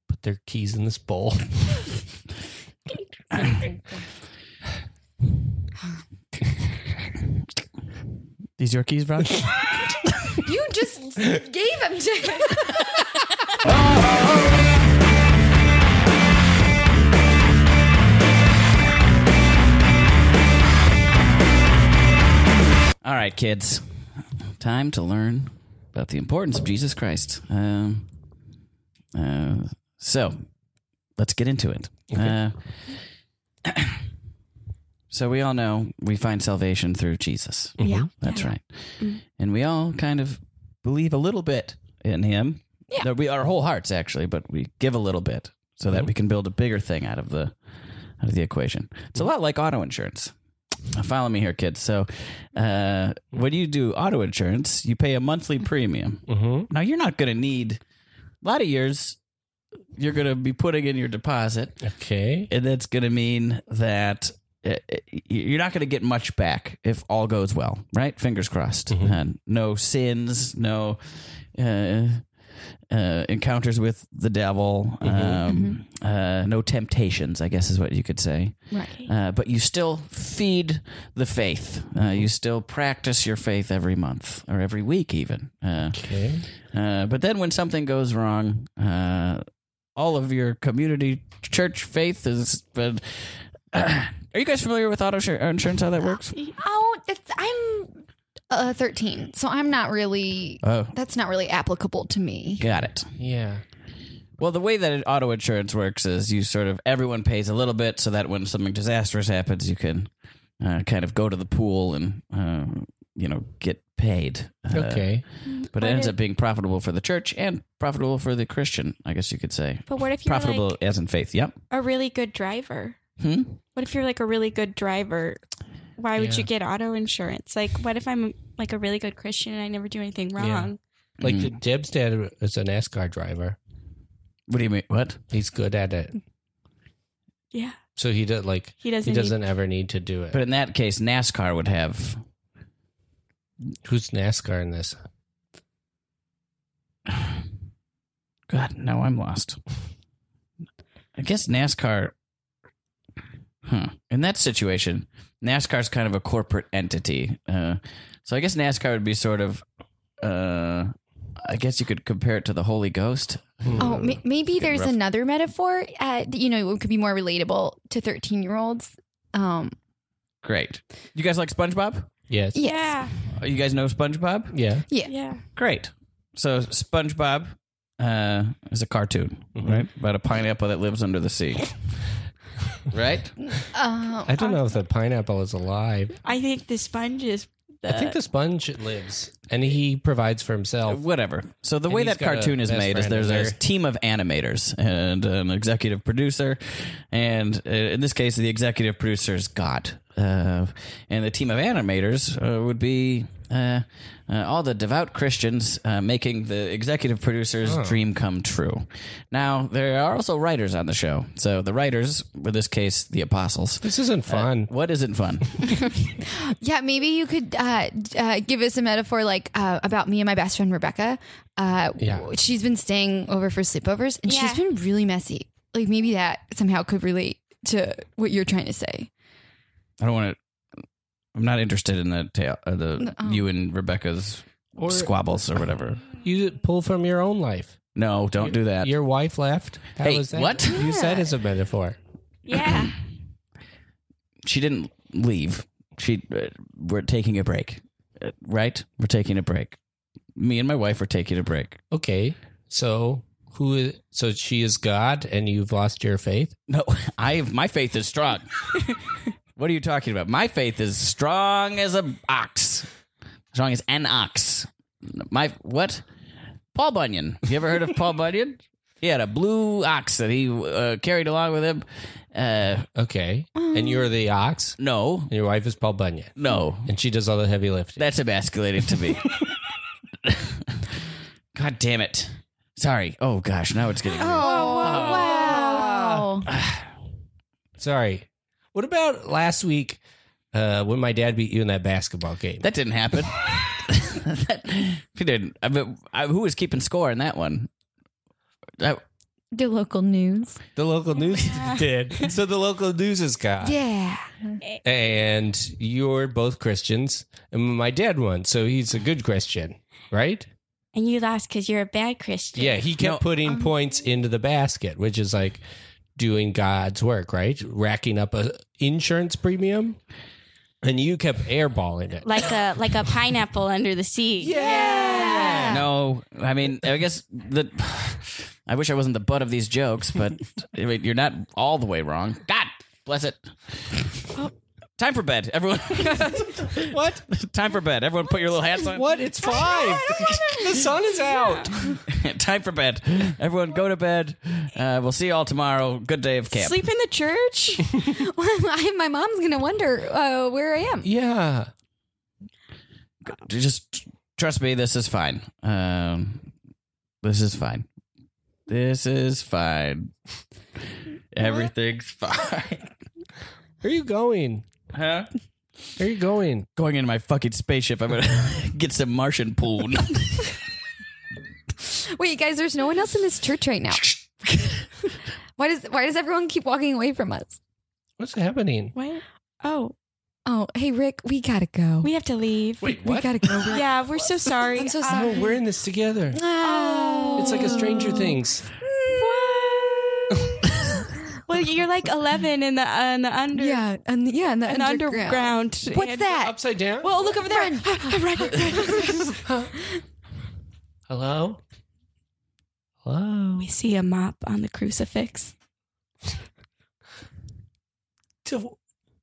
D: put their keys in this bowl.
C: These your keys, Rob?
E: You just gave him to
C: All right, kids. Time to learn about the importance of Jesus Christ. Um, uh, so, let's get into it. Uh, so, we all know we find salvation through Jesus.
E: Yeah. Mm.
C: That's right. And we all kind of believe a little bit in him.
E: Yeah.
C: No, We our whole hearts actually, but we give a little bit so that we can build a bigger thing out of the out of the equation. It's a lot like auto insurance. Uh, Follow me here, kids. So, uh, when you do auto insurance, you pay a monthly premium.
D: Mm-hmm.
C: Now, you're not going to need a lot of years. You're going to be putting in your deposit
D: Okay.
C: and that's going to mean that uh, uh, you're not going to get much back if all goes well, right? Fingers crossed. And no sins, no uh, uh, encounters with the devil, um, Uh, no temptations, I guess is what you could say.
E: Right.
C: Uh, but you still feed the faith. Uh, you still practice your faith every month or every week, even. Uh,
D: Okay.
C: uh, but then when something goes wrong, uh, all of your community church faith is. But are you guys familiar with auto insur- insurance? How that works?
E: Oh, that's, I'm uh, 13, so I'm not really,
C: Oh,
E: that's not really applicable to me.
C: got it.
D: Yeah.
C: Well, the way that auto insurance works is you sort of everyone pays a little bit, so that when something disastrous happens, you can uh, kind of go to the pool and uh, you know get paid. Uh,
D: Okay.
C: but it ends up being profitable for the church and profitable for the Christian, I guess you could say.
F: But what if you're
C: Profitable
F: like
C: as in faith. Yep.
F: a really good driver?
C: Hmm?
F: What if you're like a really good driver? Why would
D: Yeah.
F: you get auto insurance? Like, what if I'm like a really good Christian and I never do anything wrong?
D: Like Deb's dad is a NASCAR driver.
C: What do you mean? What?
D: He's good at it.
F: Yeah,
D: So he does like
F: he
D: he
F: doesn't. need-
D: doesn't ever need to do it.
C: But in that case, NASCAR would have.
D: Who's NASCAR in this?
C: God, no, I'm lost. I guess NASCAR. Huh. In that situation, NASCAR's kind of a corporate entity. Uh, so I guess NASCAR would be sort of. Uh, I guess you could compare it to the Holy Ghost.
E: Oh, ma- maybe
C: Good
E: there's
C: rough.
E: another metaphor, uh, that, you know, it could be more relatable to 13 year olds. Um,
C: Great. You guys like SpongeBob?
D: Yes.
E: yes.
F: Yeah,
C: Uh, You guys know SpongeBob?
D: Yeah.
F: yeah.
C: Great. So SpongeBob uh, is a cartoon, right? About a pineapple that lives under the sea. right?
E: Uh,
D: I don't know if the pineapple is alive.
I: I think the sponge is.
D: I think the sponge lives, and he provides for himself.
C: whatever. So the
D: Uh, And
C: way
D: he's
C: that
D: got a
C: cartoon is
D: best
C: made is
D: friend
C: there's
D: in
C: a
D: there.
C: team of animators and an executive producer, and uh, in this case, the executive producer is God, uh, and the team of animators uh, would be uh, uh, all the devout Christians uh, making the executive producer's dream come true. Now, there are also writers on the show. So the writers, in this case, the apostles.
D: This isn't fun.
C: What isn't fun?
E: Yeah, maybe you could uh, d- uh, give us a metaphor like uh, about me and my best friend Rebecca. Uh,
D: Yeah.
E: w- She's been staying over for sleepovers and
F: Yeah.
E: she's been really messy. Like maybe that somehow could relate to what you're trying to say.
C: I don't want to. I'm not interested in the tale, uh, the
E: No.
C: you and Rebecca's
D: Or-
C: squabbles or whatever.
D: You pull from your own life.
C: No, don't do that.
D: Your wife left. How
C: Hey,
D: was that?
C: what?
D: You said it's a metaphor.
F: Yeah.
C: She didn't leave. She. Uh, we're taking a break, Uh, right? We're taking a break. Me and my wife are taking a break.
D: Okay. So who is so she is God and you've lost your faith?
C: No, I have my faith is strong. what are you talking about? My faith is strong as a ox, strong as an ox. My what? Paul Bunyan. You ever heard of Paul Bunyan? He had a blue ox that he uh, carried along with him. Uh,
D: Okay. And you're the ox
C: no,
D: and your wife is Paul Bunyan.
C: no,
D: And she does all the heavy lifting.
C: that's emasculating to me. God damn it! Sorry. Oh gosh, now it's getting. weird.
E: wow.
D: Sorry. What about last week uh, when my dad beat you in that basketball game?
C: That didn't happen. that, he didn't. I mean, I, who was keeping score in that one? That,
E: The local news.
D: the local news did. So the local news is God.
E: Yeah.
D: And you're both Christians. And my dad won, so he's a good Christian, right?
F: And you lost because you're a bad Christian.
D: Yeah, he kept putting points into the basket, which is like doing God's work, right? Racking up a insurance premium, and you kept airballing it.
F: Like a like a pineapple under the sea.
D: yeah.
C: no, I mean, I guess the. I wish I wasn't the butt of these jokes, but I mean, you're not all the way wrong. God bless it. Time for bed, everyone. what? Time for bed, everyone. Put your little hats on.
D: What? It's five. the sun is out.
C: Time for bed, everyone. Go to bed. Uh, we'll see you all tomorrow. Good day of camp.
I: Sleep in the church?
E: my mom's going to wonder uh, where I am.
D: Yeah.
C: just trust me this is fine um this is fine this is fine everything's fine
D: Where are you going?
C: huh
D: Where are you going?
C: going into my fucking spaceship i'm gonna get some martian poon
E: Wait, guys, there's no one else in this church right now. why does why does everyone keep walking away from us?
D: What's happening?
I: What? Oh,
E: Oh, hey Rick, we gotta go.
F: We have to leave.
D: Wait,
E: We gotta go. Rick.
I: yeah, we're so sorry.
E: I'm so
I: Uh,
E: sorry.
D: No, we're in this together.
E: Oh.
D: It's like a Stranger Things.
I: well, you're like 11 in the, uh, in the under.
E: Yeah, and yeah, and the
I: in the underground.
E: What's
I: And-
E: that?
D: Upside down.
I: Oh, look over there. Right, right, right.
D: Hello. Hello.
I: we see a mop on the crucifix.
D: To,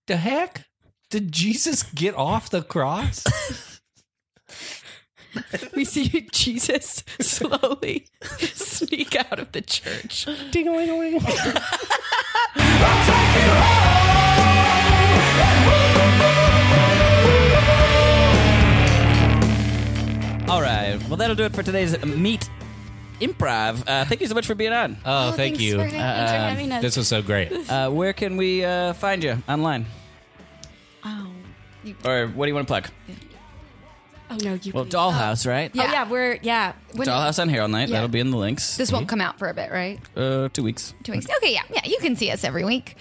D: the heck? Did Jesus get off the cross?
I: We see Jesus slowly sneak out of the church.
C: all right well that'll do it for today's meet improv uh thank you so much for being on
D: Oh,
E: thanks for having-
F: Thanks for having us.
D: This was so great.
C: uh where can we uh find you online
E: Oh.
C: or what do you want to plug
I: Oh, no, you.
C: well dollhouse right
F: Oh yeah, we're yeah.
E: When-
C: dollhouse on Herald night
E: Yeah.
C: that'll be in the links
E: this won't come out for a bit, right?
C: uh two weeks
E: Two weeks. Okay, yeah, yeah. You can see us every week,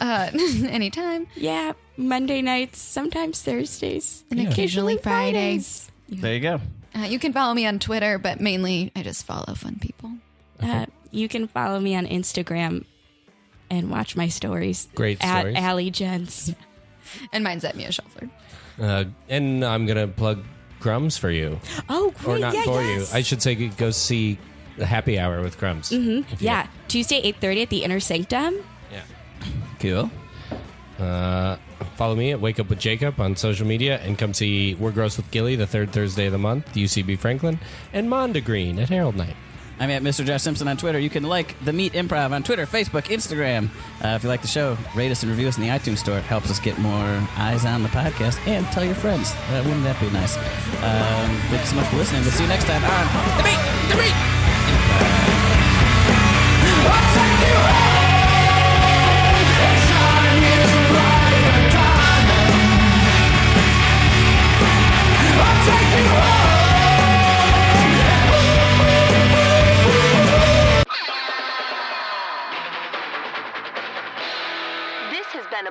E: uh, anytime,
I: Yeah, Monday nights, sometimes Thursdays.
E: and occasionally Fridays.
C: there you go
E: Uh, you can follow me on Twitter, but mainly I just follow fun people.
F: Uh, you can follow me on Instagram and watch my stories.
D: Great
F: at
D: stories.
F: Allie Jens.
E: And mine's at Mia Shelford.
D: Uh, and I'm going to plug Crumbs for you.
F: Oh, great.
D: Or not
F: yeah,
D: for
F: yes.
D: you. I should say go see the happy hour with Crumbs.
F: yeah, Tuesday eight thirty at the Inner Sanctum.
C: cool
D: Uh, follow me at Wake Up with Jacob on social media and come see We're Gross with Gilly the third Thursday of the month, UCB Franklin, and Monda Green at Herald Night.
C: I'm at Mr. Josh Simpson on Twitter. You can like The Meat Improv on Twitter, Facebook, Instagram. Uh, if you like the show, rate us and review us in the iTunes store. It helps us get more eyes on the podcast and tell your friends. Uh, wouldn't that be nice? Um, thank you so much for listening. We'll see you next time on The Meat, The Meat.
A: This has been a